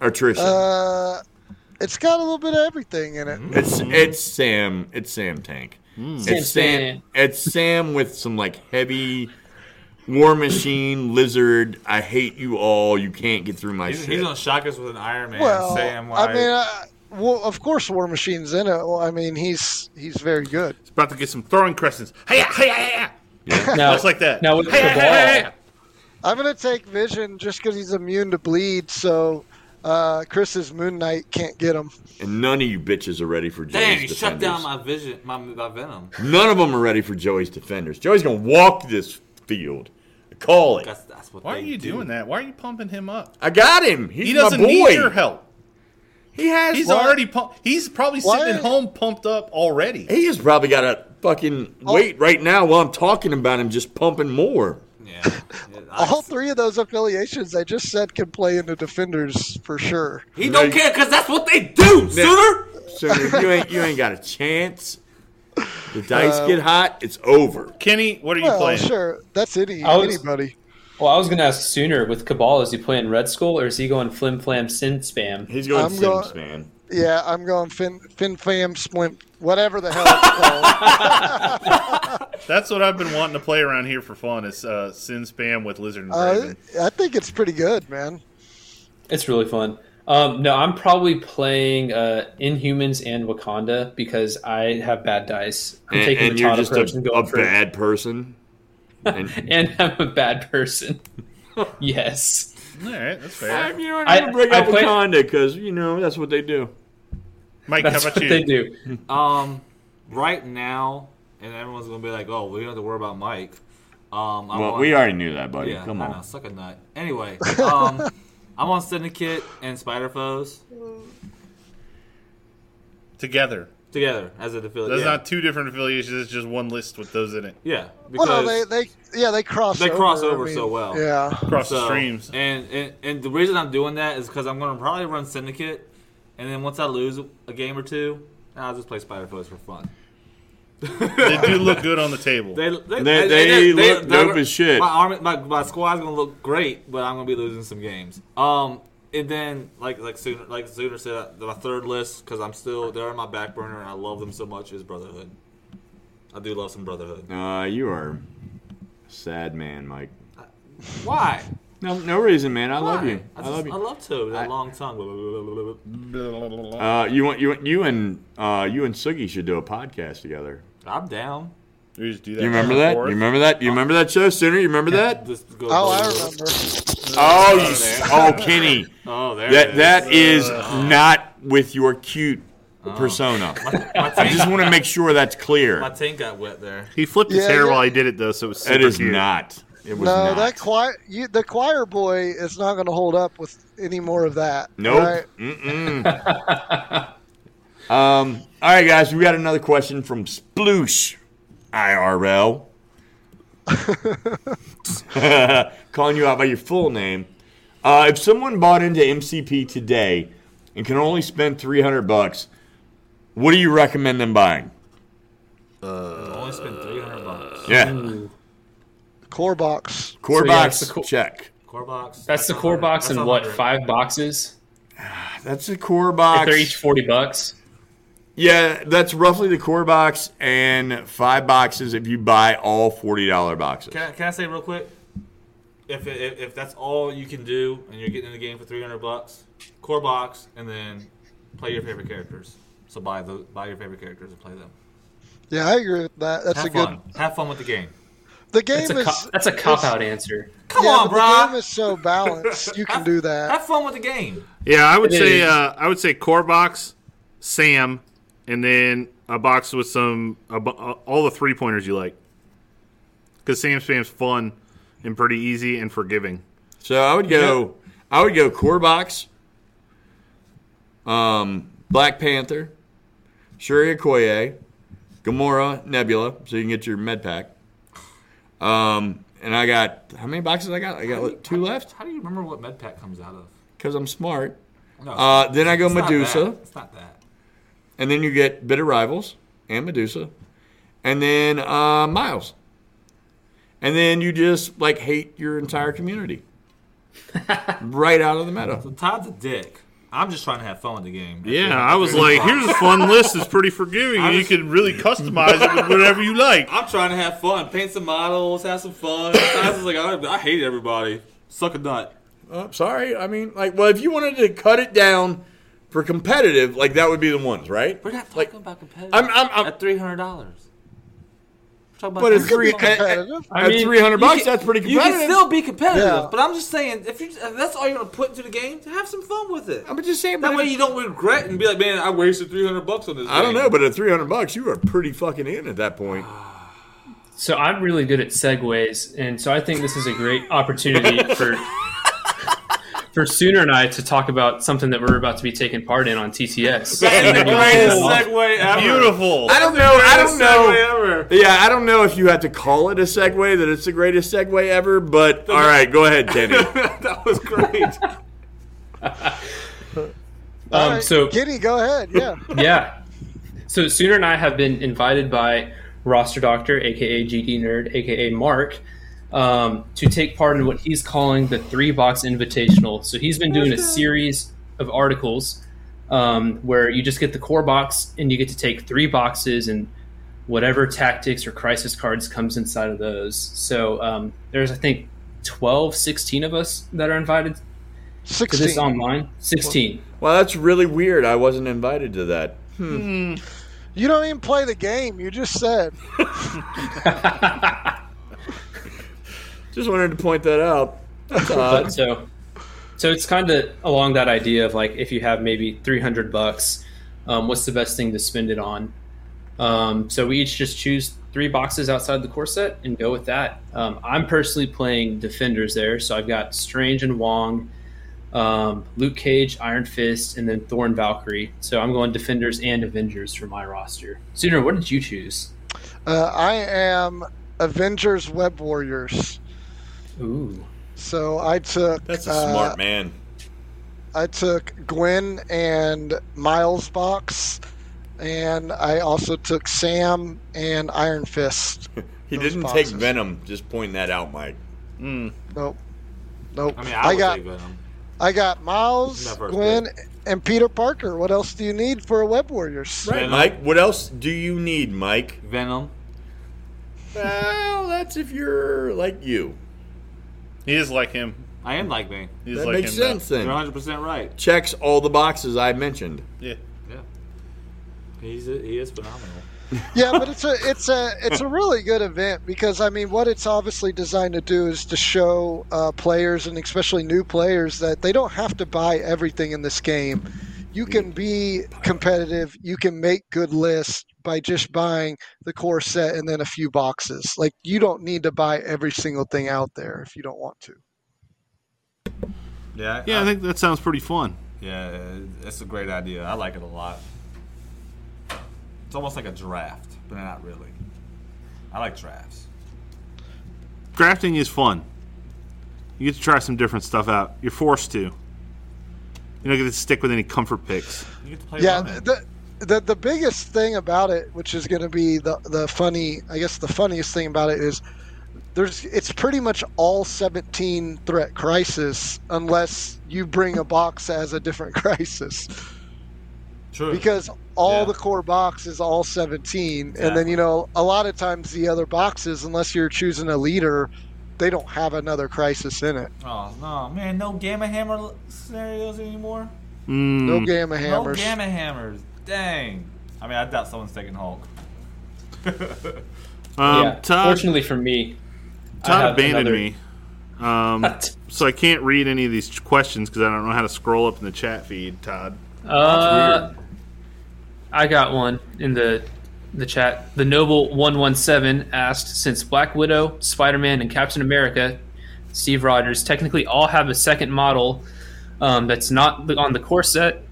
Or Trisha?
Uh, it's got a little bit of everything in it.
Mm-hmm.
it's it's Sam. It's Sam Tank. It's Sam.
Sam
It's Sam with some like heavy. War Machine, Lizard, I hate you all. You can't get through my
He's,
shit.
he's gonna shock us with an Iron Man.
well,
Sam, why?
I mean, I, well, of course, War Machine's in it. Well, I mean, he's he's very good.
It's about to get some throwing crescents. Hey, hey, hey, hey.
Now,
Just like that.
now with
Hey, hey, hey, hey.
Cabal,
I'm going to take Vision just because he's immune to bleed. So. Uh, Chris's Moon Knight can't get him.
and none of you bitches are ready for Joey's
Damn, you
defenders.
shut down my vision, my, my Venom.
None of them are ready for Joey's defenders. Joey's gonna walk this field. Call it.
That's that's what.
Why are
they
you
do.
doing that? Why are you pumping him up?
I got him. He's
He doesn't
my boy.
need your help.
He has.
He's
He's already.
already pump- he's probably
Why-
sitting at home pumped up already.
He has probably got a fucking weight right now while I'm talking about him, just pumping more.
Yeah, Yeah,
all three of those affiliations I just said can play in the defenders for sure.
He don't care because that's what they do, Sooner.
Sooner, you ain't you ain't got a chance. The dice
Uh,
get hot, it's over.
Kenny, what are you
Well,
playing?
sure, that's any
I was-
anybody.
Well, I was going to ask sooner with Cabal, is he playing Red Skull or is he going Flim Flam Sin Spam?
He's going
I'm
Sims,
go-
man.
Yeah, I'm going Fin Fin Fam Splimp, whatever the hell it's called.
That's what I've been wanting to play around here for fun. Is uh, Sin Spam with Lizard and
Uh,
Raven.
I think it's pretty good, man.
It's really fun. Um, no, I'm probably playing uh, Inhumans and Wakanda because I have bad dice. I'm
And,
taking
and
the
you're
Todd
just
approach and
a, a
going for
bad person. And
and I'm a bad person. yes.
All right, that's fair.
you know,
I-
I, bring
I
up
play-
Wakanda because you know that's what they do.
Mike,
That's
how about you?
what they do.
Um, right now, and everyone's gonna be like, "Oh, we don't have to worry about Mike." Um, I'm
Well,
on-
we already knew that, buddy.
Yeah,
Come
I
on.
know, suck a nut. Anyway, um, I'm on Syndicate and Spider Foes
Together.
together as an affiliate.
That's
yeah.
not two different affiliations. It's just one list with those in it.
yeah, because
Well, they, they yeah they cross
They cross
I
over so well.
Yeah,
Across the
so-
streams.
And, and and the reason I'm doing that is because I'm gonna probably run Syndicate, and then once I lose a game or two, I'll just play Spider Foes for fun.
They do look good on the table.
They they,
They- they look dope as shit.
My army, my, my squad's gonna look great, but I'm gonna be losing some games. Um, and then like like sooner like sooner said, uh, my third list because I'm still they're on my back burner and I love them so much is Brotherhood. I do love some Brotherhood.
Uh, you are a sad man, Mike.
Why?
No, no reason, man. I love
Why?
you.
I,
I,
just,
love you.
I love to. That long tongue.
uh, you want you want- you and uh, you and Sugi should do a podcast together.
I'm down.
We just do that
You remember
back
that?
and
You
forth.
remember that? You remember that show, Sooner? You remember that?
Just go
oh I remember.
Oh, you, s- oh, Kenny,
Oh, there. it
that
is.
that is not with your cute
Oh.
persona.
my,
I
tank,
just want to make sure that's
my
clear.
tank got wet there.
He flipped his
Yeah,
hair
yeah.
while he did it, though, so it was super
It is
cute.
not. It was
No,
not.
that choir you, the choir boy is not going to hold up with any more of that.
Nope.
right?
Mm-mm. um, all right, guys, we got another question from Sploosh IRL. Calling you out by your full name. Uh, if someone bought into MCP today and can only spend 300 bucks, what do you recommend them buying?
Only spent 300 bucks.
Yeah.
Hmm.
Core box.
Core
Mm, So, yeah,
box
it's the co-
check.
Core box.
That's the core
100.
box
That's
and what,
100.
five boxes?
That's the core box.
If they're each 40 bucks.
Yeah, that's roughly the core box and five boxes if you buy all forty dollar boxes.
Can I, can I say real quick? If, if if that's all you can do and you're getting in the game for 300 bucks, core box, and then play your favorite characters. So buy the buy your favorite characters and play them.
Yeah, I agree with that. That's
Have
a good.
fun. Have fun with the game.
The game
That's a,
is
co- that's a cop out answer.
Come
yeah,
on,
but The game
bro.
is so balanced. You can do that.
Have fun with the game.
Yeah, I would
It
say
is.
uh, I would say core box, Sam, and then a box with some a, bo- uh, all the three pointers you like. Because Sam Spam's fun and pretty easy and forgiving.
So I would go I would go core box, um, Black Panther, Shuri Okoye, Gamora, Nebula, so you can get your med pack. Um, and I got how many boxes I got? I got like, two left
How do you remember what med pack comes out of?
because I'm smart.
No,
Uh, then I go
it's not
Medusa,
that. It's not that.
and then you get Bitter Rivals and Medusa, and then uh, Miles, and then you just like hate your entire community right out of the meta.
Todd's a dick. I'm just trying to have fun with the game.
Yeah, I was like, here's a fun list. It's pretty forgiving. and you
was-
can really customize it with whatever you like.
I'm trying to have fun, paint some models, have some fun. Todd's is like, I, I hate everybody. Suck a nut.
Uh, sorry, I mean like, well, if you wanted to cut it down for competitive, like that would be the ones, right?
We're not talking
Like,
about competitive.
I'm, I'm, I'm
at three hundred dollars.
but it's three
Could be
at, at,
competitive.
I mean,
three hundred bucks. That's pretty
You
competitive.
can still be competitive,
Yeah.
but I'm just saying, if you if that's all you're gonna put into the game, to have some fun with it.
I'm just saying.
That
but
way
if-
you don't regret and be like, man, I wasted three hundred bucks on this.
I don't
game."
know, but at three hundred bucks, you are pretty fucking in at that point.
So I'm really good at segues, and so I think this is a great opportunity for for Sooner and I to talk about something that we're about to be taking part in on TTS. And
the
then we'll-
greatest segue ever.
Beautiful.
I don't know. I don't know.
Ever.
Yeah, I don't know if you have to call it a segue that it's the greatest segue ever, but all right, go ahead, Kenny.
that was great.
All
Um,
right,
so
Giddy, go ahead. Yeah.
yeah. So Sooner and I have been invited by Roster Doctor, aka GD Nerd, aka Mark, um, to take part in what he's calling the Three Box Invitational. So he's been doing a series of articles um, where you just get the core box and you get to take three boxes and whatever tactics or crisis cards comes inside of those. So um, there's I think 12, 16 of us that are invited to this
16.
online. 16.
Well, that's really weird. I wasn't invited to that.
you don't even play the game. You just said.
Just wanted to point that out. That's
But
odd.
Uh, so, so it's kind of along that idea of like if you have maybe three hundred bucks, um, what's the best thing to spend it on? Um, so we each just choose three boxes outside the core set and go with that. Um, I'm personally playing defenders there, so I've got Strange and Wong, um, Luke Cage, Iron Fist, and then Thorn Valkyrie. So I'm going defenders and Avengers for my roster. Sooner, what did you choose?
Uh, I am Avengers Web Warriors.
Ooh,
So I took.
That's a
uh,
smart man.
I took Gwen and Miles Box, and I also took Sam and Iron Fist.
He
those
didn't
boxes.
take Venom. Just point that out, Mike.
Nope. Nope.
I mean, I, would
got
say Venom.
I got Miles,
Never
Gwen, and Peter Parker. What else do you need for a Web Warriors?
Right,
Venom.
Mike. What else do you need, Mike?
Venom.
Well, that's if you're like you.
He is like him.
I am like me.
He's
That
like
makes
him. though.
sense
You're
then.
100 percent right.
Checks all the boxes I mentioned.
Yeah.
Yeah. He's he is phenomenal.
yeah, but it's a it's a it's a really good event because I mean, what it's obviously designed to do is to show uh, players and especially new players that they don't have to buy everything in this game. You can be competitive. You can make good lists by just buying the core set and then a few boxes. Like you don't need to buy every single thing out there if you don't want to.
Yeah.
Yeah, I think that sounds pretty fun.
yeah. It's a great idea. I like it a lot. It's almost like a draft, but not really. I like drafts.
Drafting is fun. You get to try some different stuff out. You're forced to. You don't get to stick with any comfort picks.
You get to play.
yeah
Ronin.
the, the the biggest thing about it which is going to be the the funny i guess the funniest thing about it is there's it's pretty much all 17 threat crisis unless you bring a box that has a different crisis
True.
because all
Yeah.
the core box is all 17 and then
Exactly.
you know a lot of times the other boxes unless you're choosing a leader they don't have another crisis in it
oh no, man, no gamma hammer scenarios anymore. Hmm.
Mm,
no gamma hammers
No gamma hammers. Dang. I mean, I doubt someone's taking Hulk.
um,
yeah.
Todd,
Fortunately for me, I
Todd
have
abandoned
another-
me. Um, so I can't read any of these questions because I don't know how to scroll up in the chat feed, Todd.
Uh, I got one in the the chat. The Noble One One Seven asked, since Black Widow, Spider Man, and Captain America, Steve Rogers technically all have a second model um, that's not the- on the core set.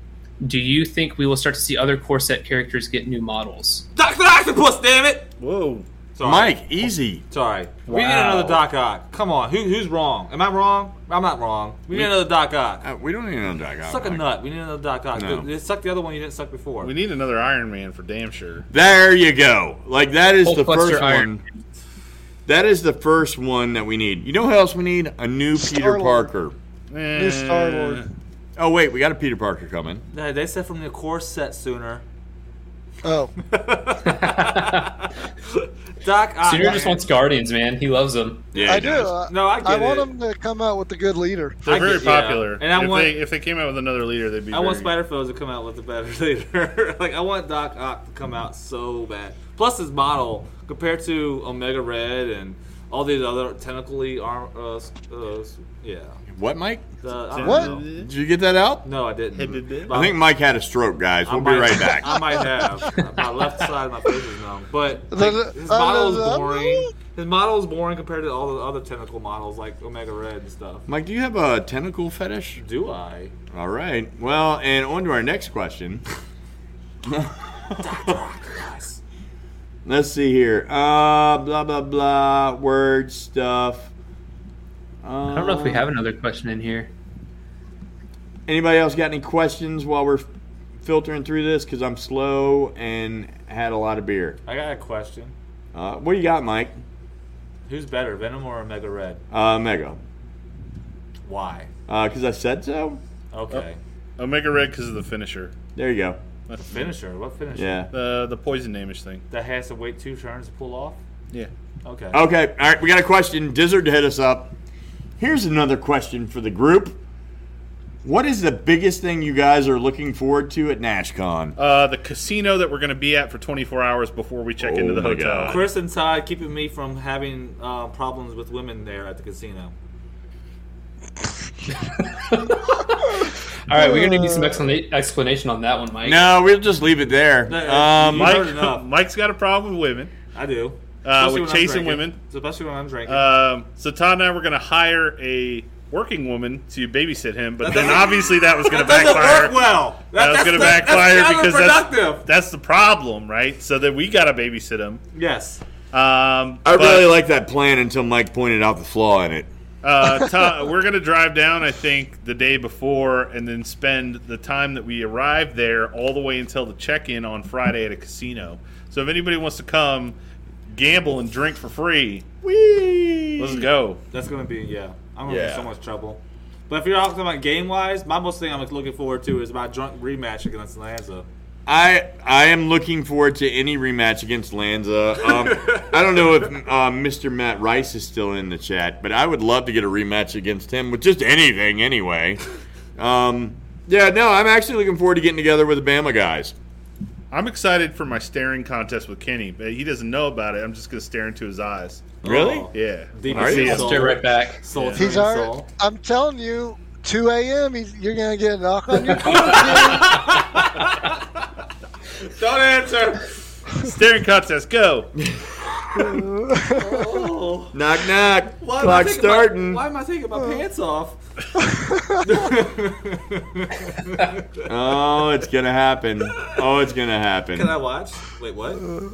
Do you think we will start to see other core set characters get new models?
Doctor Octopus, damn it!
Whoa.
Sorry.
Mike, easy.
Sorry. We need
Wow.
another Doc Ock. Come on. Who, who's wrong? Am I wrong? I'm not wrong. We need another Doc Ock.
Uh, we don't need another guy.
Suck a nut. We need another Doc Ock.
No.
Dude, Suck the other one you didn't suck before.
We need another Iron Man for damn sure.
There you go. Like that is the
Hulkbuster
first
Iron
one. That is the first one that we need. You know who else we need? A new Peter
Star-Lord.
Parker.
New Star Lord.
Eh.
Oh wait, we got a Peter Parker coming.
They- they said from the core set sooner.
oh
Doc Ock.
Senior just wants Guardians, man. He loves them.
Yeah,
i
he
do
does.
I-
No, I
I
get
want
it.
them to come out with a good leader
They're
I
very
get- yeah.
popular.
And I
if,
want-
they, if they came out with another leader, they'd be.
I want
very-
Spider Foes to come out with a better leader. like I want Doc Ock to come out so bad. Plus his model compared to Omega Red and all these other tentacly arm. Uh, s- uh, s- yeah.
What, Mike?
The- I don't
What?
know.
Did you get that out?
No, I didn't.
I think Mike had a stroke, guys. We'll
Uh, might-
be right back.
I might have. my left side of my face is numb. But
The-
like,
the-
his model is
uh,
boring. His model is boring compared to all the other tentacle models like Omega Red and stuff.
Mike, do you have a tentacle fetish?
Do I?
All right. Well, and on to our next question. Let's see here. Uh, blah blah blah. Word stuff. Um,
I don't know if we have another question in here.
Anybody else got any questions while we're filtering through this? Because I'm slow and had a lot of beer.
I got a question.
Uh, what do you got, Mike?
Who's better, Venom or Omega Red?
Uh, Mega.
Why?
Because I said so.
Okay.
Omega Red because of the finisher.
There you go.
That's
Finisher. What finisher?
Yeah.
The the poison namish thing.
That has to wait two turns to pull off?
Yeah.
Okay.
Okay, all right, we got a question. Dizzard hit us up. Here's another question for the group. What is the biggest thing you guys are looking forward to at NashCon?
Uh, the casino that we're going to be at for 24 hours before we check
Oh
into the
my
hotel.
God.
Chris and Todd keeping me from having uh, problems with women there at the casino.
All right, we're gonna need some explana- explanation on that one, Mike.
No, we'll just leave it there. Um,
Uh, You heard
Mike,
enough.
Mike's got a problem with women.
I do.
Uh,
Especially
with
when I'm
chasing
drinking.
women.
Especially when I'm drinking.
Um, so Todd and I were going to hire a working woman to babysit him, but then obviously that was going to
that doesn't
backfire.
work well.
That was
that's
going to
the- that's
backfire because that's,
counterproductive.
that's the problem, right? So then we got to babysit him.
yes.
Um,
I
but,
really like that plan until Mike pointed out the flaw in it.
uh, Todd, we're going to drive down, I think, the day before, and then spend the time that we arrive there all the way until the check-in on Friday at a casino. So if anybody wants to come, gamble and drink for free, let's go.
That's gonna be yeah. I'm gonna be
Yeah.
in so much trouble. But if you're talking about game wise, my most thing I'm looking forward to is my drunk rematch against Lanza.
I I am looking forward to any rematch against Lanza. Um, I don't know if uh, Mr. Matt Rice is still in the chat, but I would love to get a rematch against him with just anything anyway. Um, yeah, no, I'm actually looking forward to getting together with the Bama guys.
I'm excited for my staring contest with Kenny, but he doesn't know about it. I'm just going to stare into his eyes.
Really?
Oh,
Yeah.
Deep
Are you?
in
I'll stare right back.
Soul,
He's
soul.
already. I'm telling you, 2 a.m. he's- You're gonna get a knock on your door. dude.
Don't answer.
staring contest, go.
Oh,
Knock knock.
why am I
Clock
taking my-
starting.
why am I taking my pants off?
oh, it's gonna happen. Oh, it's gonna happen.
Can I watch? Wait, what?
Uh,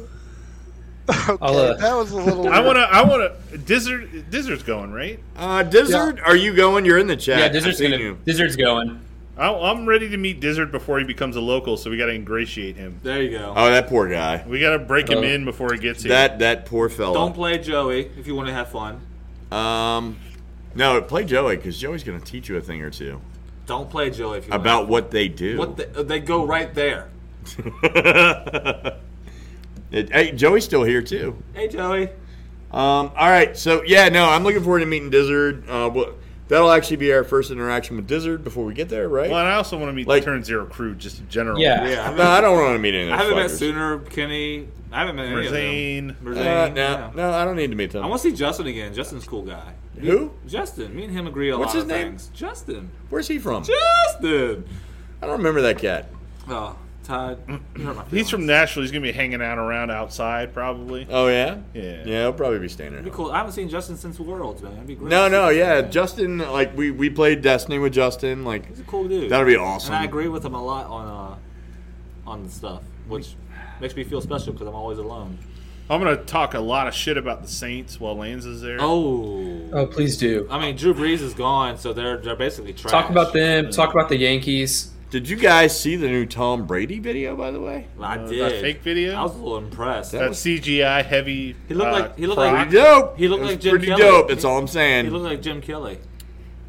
I'll, uh,
that was a little.
I want to. I want to. Dizzard. Dizzard's going right.
Uh, Dizzard, are you going? You're in the chat.
yeah,
I've
Dizzard's
seen
gonna.
you.
Dizzard's going.
I, I'm ready to meet Dizzard before he becomes a local, so we got to ingratiate him.
There you go.
Oh, that poor guy.
We got to break him
Oh.
in before he gets here.
That that poor
Don't
fella.
play Joey if you want to have fun.
Um, no, play Joey because Joey's gonna teach you a thing or two.
Don't play Joey if you
about what they do.
want. what the, uh, they go right there.
It- hey, Joey's still here too.
Hey Joey.
Um, all right, so yeah, no, I'm looking forward to meeting Dizzard. Uh, well, that'll actually be our first interaction with Dizzard before we get there, right?
Well, and I also want to meet
Like-
the Turn Zero crew, just in general.
Yeah.
Yeah, I, haven't-
no, I don't want to meet any of
I
those
haven't met
fuckers.
Sooner, Kenny. I haven't met any
Merzane.
of them.
Uh,
Merzane,
no,
yeah.
no, I don't need to meet them.
I want to see Justin again. Justin's a cool guy.
Who?
Justin. Me and him agree on
What's
lot
his
of
name?
things. Justin.
Where's he from?
Justin.
I don't remember that cat.
Oh, Todd. you hurt my
He's
feelings.
from Nashville. He's gonna be hanging out around outside, probably.
Oh yeah,
Yeah.
yeah. He'll probably be staying
It'd
there.
be cool. I haven't seen Justin since Worlds, man. It'd be great.
No,
to see
no,
him.
yeah. Justin, like we we played Destiny with Justin. Like
He's a cool dude.
that'll be awesome.
And I agree with him a lot on uh, on the stuff, which makes me feel special because I'm always alone.
I'm gonna talk a lot of shit about the Saints while Lanza's there.
Oh.
Oh, please do.
I mean, Drew Brees is gone, so they're they're basically trash.
Talk about them. Talk about the Yankees.
Did you guys see the new Tom Brady video? By the way,
I
Uh,
did.
that fake video?
I was a little impressed.
that CGI heavy.
He
uh,
looked like- he looked
croc.
like-
pretty dope.
He looked
It was
like Jim
pretty
Kelly.
dope. That's all I'm
He looked
saying.
like Jim Kelly.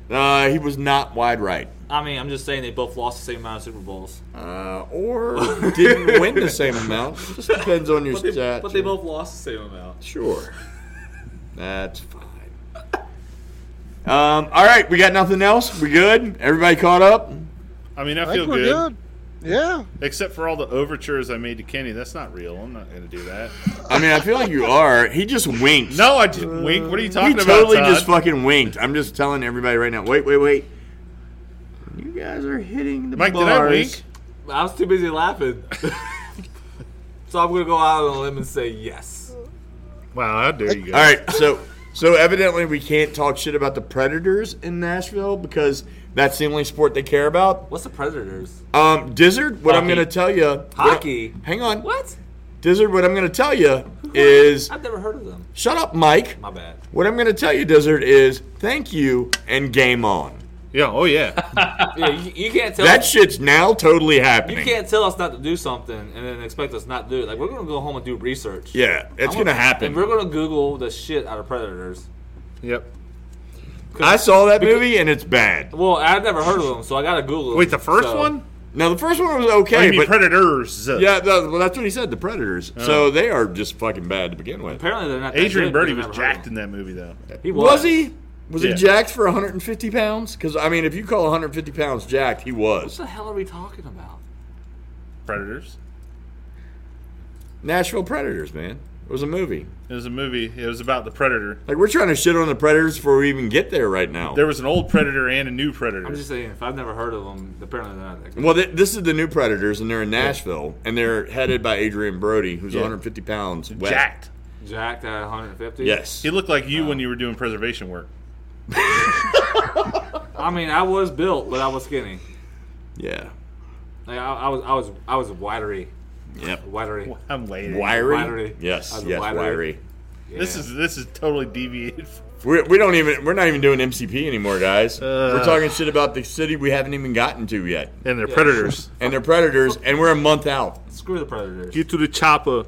Uh, he was not wide right,
I mean, I'm just saying they both lost the same amount of Super Bowls.
uh, or didn't win the same amount. Just depends on your
But they,
stats.
but they both lost the same amount.
sure. That's fine. Um, all right, we got nothing else. We good? Everybody caught up?
I mean, I,
I
feel
think we're good. Yeah.
except for all the overtures I made to Kenny. That's not real. I'm not gonna do that.
I mean, I feel like you are. He just winked.
No, I just
Uh,
wink. What are you
he
talking about?
totally
Todd?
just fucking winked. I'm just telling everybody right now. Wait, wait, wait. You guys are hitting the
Mike, did
bars.
I wink?
I was too busy laughing. so I'm going to go out on a limb and say yes.
Wow, how dare you guys?
All right, so so evidently we can't talk shit about the Predators in Nashville because that's the only sport they care about.
What's the Predators?
Um, Dizzard, what I'm
Hockey.
going to tell you.
Hockey.
Hang on.
What?
Dizzard, what I'm going to tell you is
I've never heard of them.
shut up, Mike.
My bad.
What I'm going to tell you, Dizzard, is thank you and game on.
Yeah. Oh yeah.
Yeah, you, you can't tell.
That shit's now totally
you
happening.
can't tell us not to do something and then expect us not to do it. Like we're gonna go home and do research.
Yeah, it's
I'm
going to
And
happen.
we're gonna Google the shit out of predators.
yep.
I saw that movie and it's bad.
Well, I've never heard of them, so I gotta Google.
Wait,
them,
the first
so-
one?
Now, the first one was
I
okay,
mean,
but
Predators.
yeah, that, well, that's what he said. The Predators. So they are just fucking bad to begin with.
Apparently, they're not. that
Adrian
good,
Brody
but I've
was
never heard
jacked
of
in that movie though.
them. He was.
Was he? Was
Yeah.
he jacked for 150 pounds? Because I mean, if you call 150 pounds jacked, he was.
What the hell are we talking about?
Predators.
Nashville Predators, man. It was a movie.
It was a movie. It was about the Predator.
Like we're trying to shit on the Predators before we even get there right now.
There was an old Predator and a new Predator.
I'm just saying, if I've never heard of them, apparently they're not that good.
well, th- this is the new Predators, and they're in Nashville, and they're headed by Adrian Brody, who's 150 pounds wet.
jacked.
Jacked at 150.
Yes.
He looked like you when you were doing preservation work.
I mean, I was built, but I was skinny.
Yeah.
Like I, I was, I was, I was wiry,
Yep.
wiry.
I'm waiting.
Wiry.
Wiry. I
Yes.
was
Yes.
wiry.
Wiry.
This is this is totally deviated.
We're, we don't even. We're not even doing MCP anymore, guys.
Uh.
we're talking shit about the city we haven't even gotten to yet,
And they're Predators.
and they're Predators, and we're a month out.
Screw the predators.
Get to the chopper.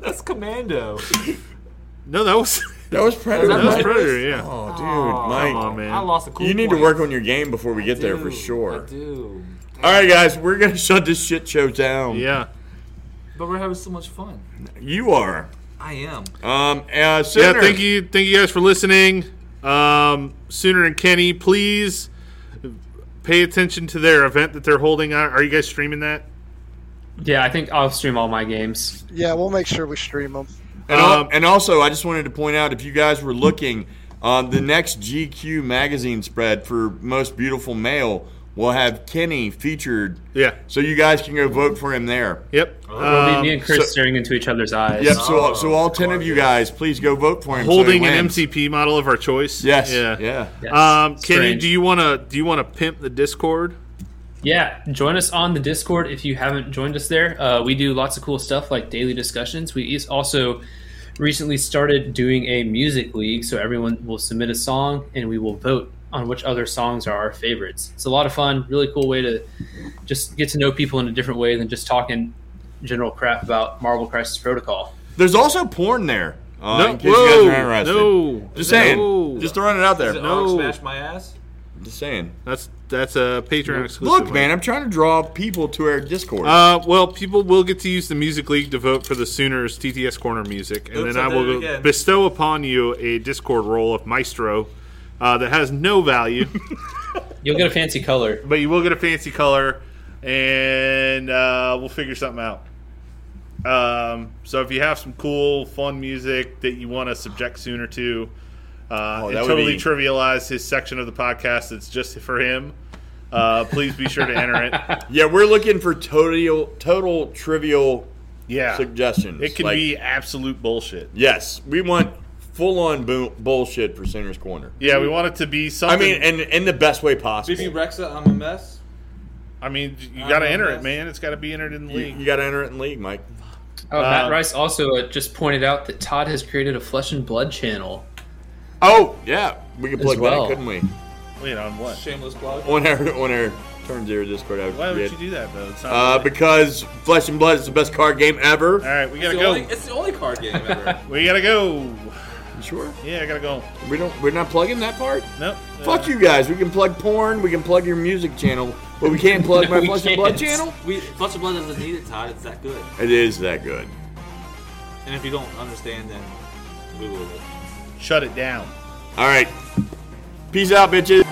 That's commando.
No, that was
That was Predator.
that was
right?
Predator. Yeah.
Oh, dude,
Come on,
Mike.
man.
I lost a cool.
You need to
point.
work on your game before we get there for
Dude,
sure.
I do.
All right, guys, we're gonna shut this shit show down.
Yeah.
But we're having so much fun.
you are.
I am.
Um, uh,
Yeah.
Sooner,
Thank you. Thank you guys for listening. Um, Sooner and Kenny, please pay attention to their event that they're holding. Are are you guys streaming that?
Yeah, I think I'll stream all my games.
Yeah, we'll make sure we stream them.
And, al-
Um,
and also, I just wanted to point out if you guys were looking, um, the next GQ magazine spread for most beautiful male will have Kenny featured,
Yeah.
so you guys can go vote for him there.
Yep.
Oh, It'll be
Um,
me and Chris
so-
staring into each other's eyes.
Yep. So, so all ten of you guys, please go vote for him. so he
holding an
wins.
MCP model of our choice.
Yes.
Yeah.
Yeah.
Yes.
Um, Kenny,
Strange.
do you wanna do you wanna pimp the Discord?
Yeah, join us on the Discord if you haven't joined us there. Uh, we do lots of cool stuff like daily discussions. We is- also recently started doing a music league, so everyone will submit a song and we will vote on which other songs are our favorites. It's a lot of fun, really cool way to just get to know people in a different way than just talking general crap about Marvel Crisis Protocol.
There's also porn there. Uh, in case you guys
whoa,
are interested.
no.
Just saying.
No.
Just throwing it out there.
Did
No.
Ark smash my ass?
Just saying.
That's that's a Patreon exclusive.
Look, man, I'm trying to draw people to our Discord.
Uh, well, people will get to use the music league to vote for the Sooners TTS corner music, and
Oops,
then I
I did it
will
again.
bestow upon you a Discord roll of Maestro uh, that has no value,
You'll get a fancy color.
but you will get a fancy color, and uh, we'll figure something out. Um, so if you have some cool, fun music that you want to subject Sooner to, uh,
Oh,
and
that would
totally
be-
trivialize his section of the podcast that's just for him, uh, please be sure to enter it.
yeah, we're looking for total total trivial
Yeah.
suggestions.
It can
Like,
be absolute bullshit.
Yes, we want full on bo- bullshit for Sooners Corner.
Yeah, we want it to be
I
something.
mean, and in the best way possible.
BB Rexa, I'm a mess.
I mean, you
I
got to
don't
enter
know.
it, man. It's got to be entered in the
you,
league.
got to enter it in league, Mike.
Oh, Matt
Um,
Rice also uh, just pointed out that Todd has created a Flesh and Blood channel.
Oh yeah, we could plug
well.
that, couldn't we?
Wait, on what?
Shameless plug.
On our on our turn zero Discord. I would
Why would
create-
you do that though? It's not
Uh, because Flesh and Blood is the best card game ever.
All right, we gotta
It's the,
go.
only, it's the only card game ever.
We gotta go.
Sure.
Yeah, I gotta go.
We don't. We're not plugging that part.
Nope. Uh,
Fuck you guys. We can plug porn. We can plug your music channel, but we can't plug
No,
my
we
Flesh and Blood
can't.
channel.
we Flesh and Blood doesn't need it, Todd. It's that good.
It is that good.
And if you don't understand, then Google it.
Shut it down.
All right. Peace out, bitches.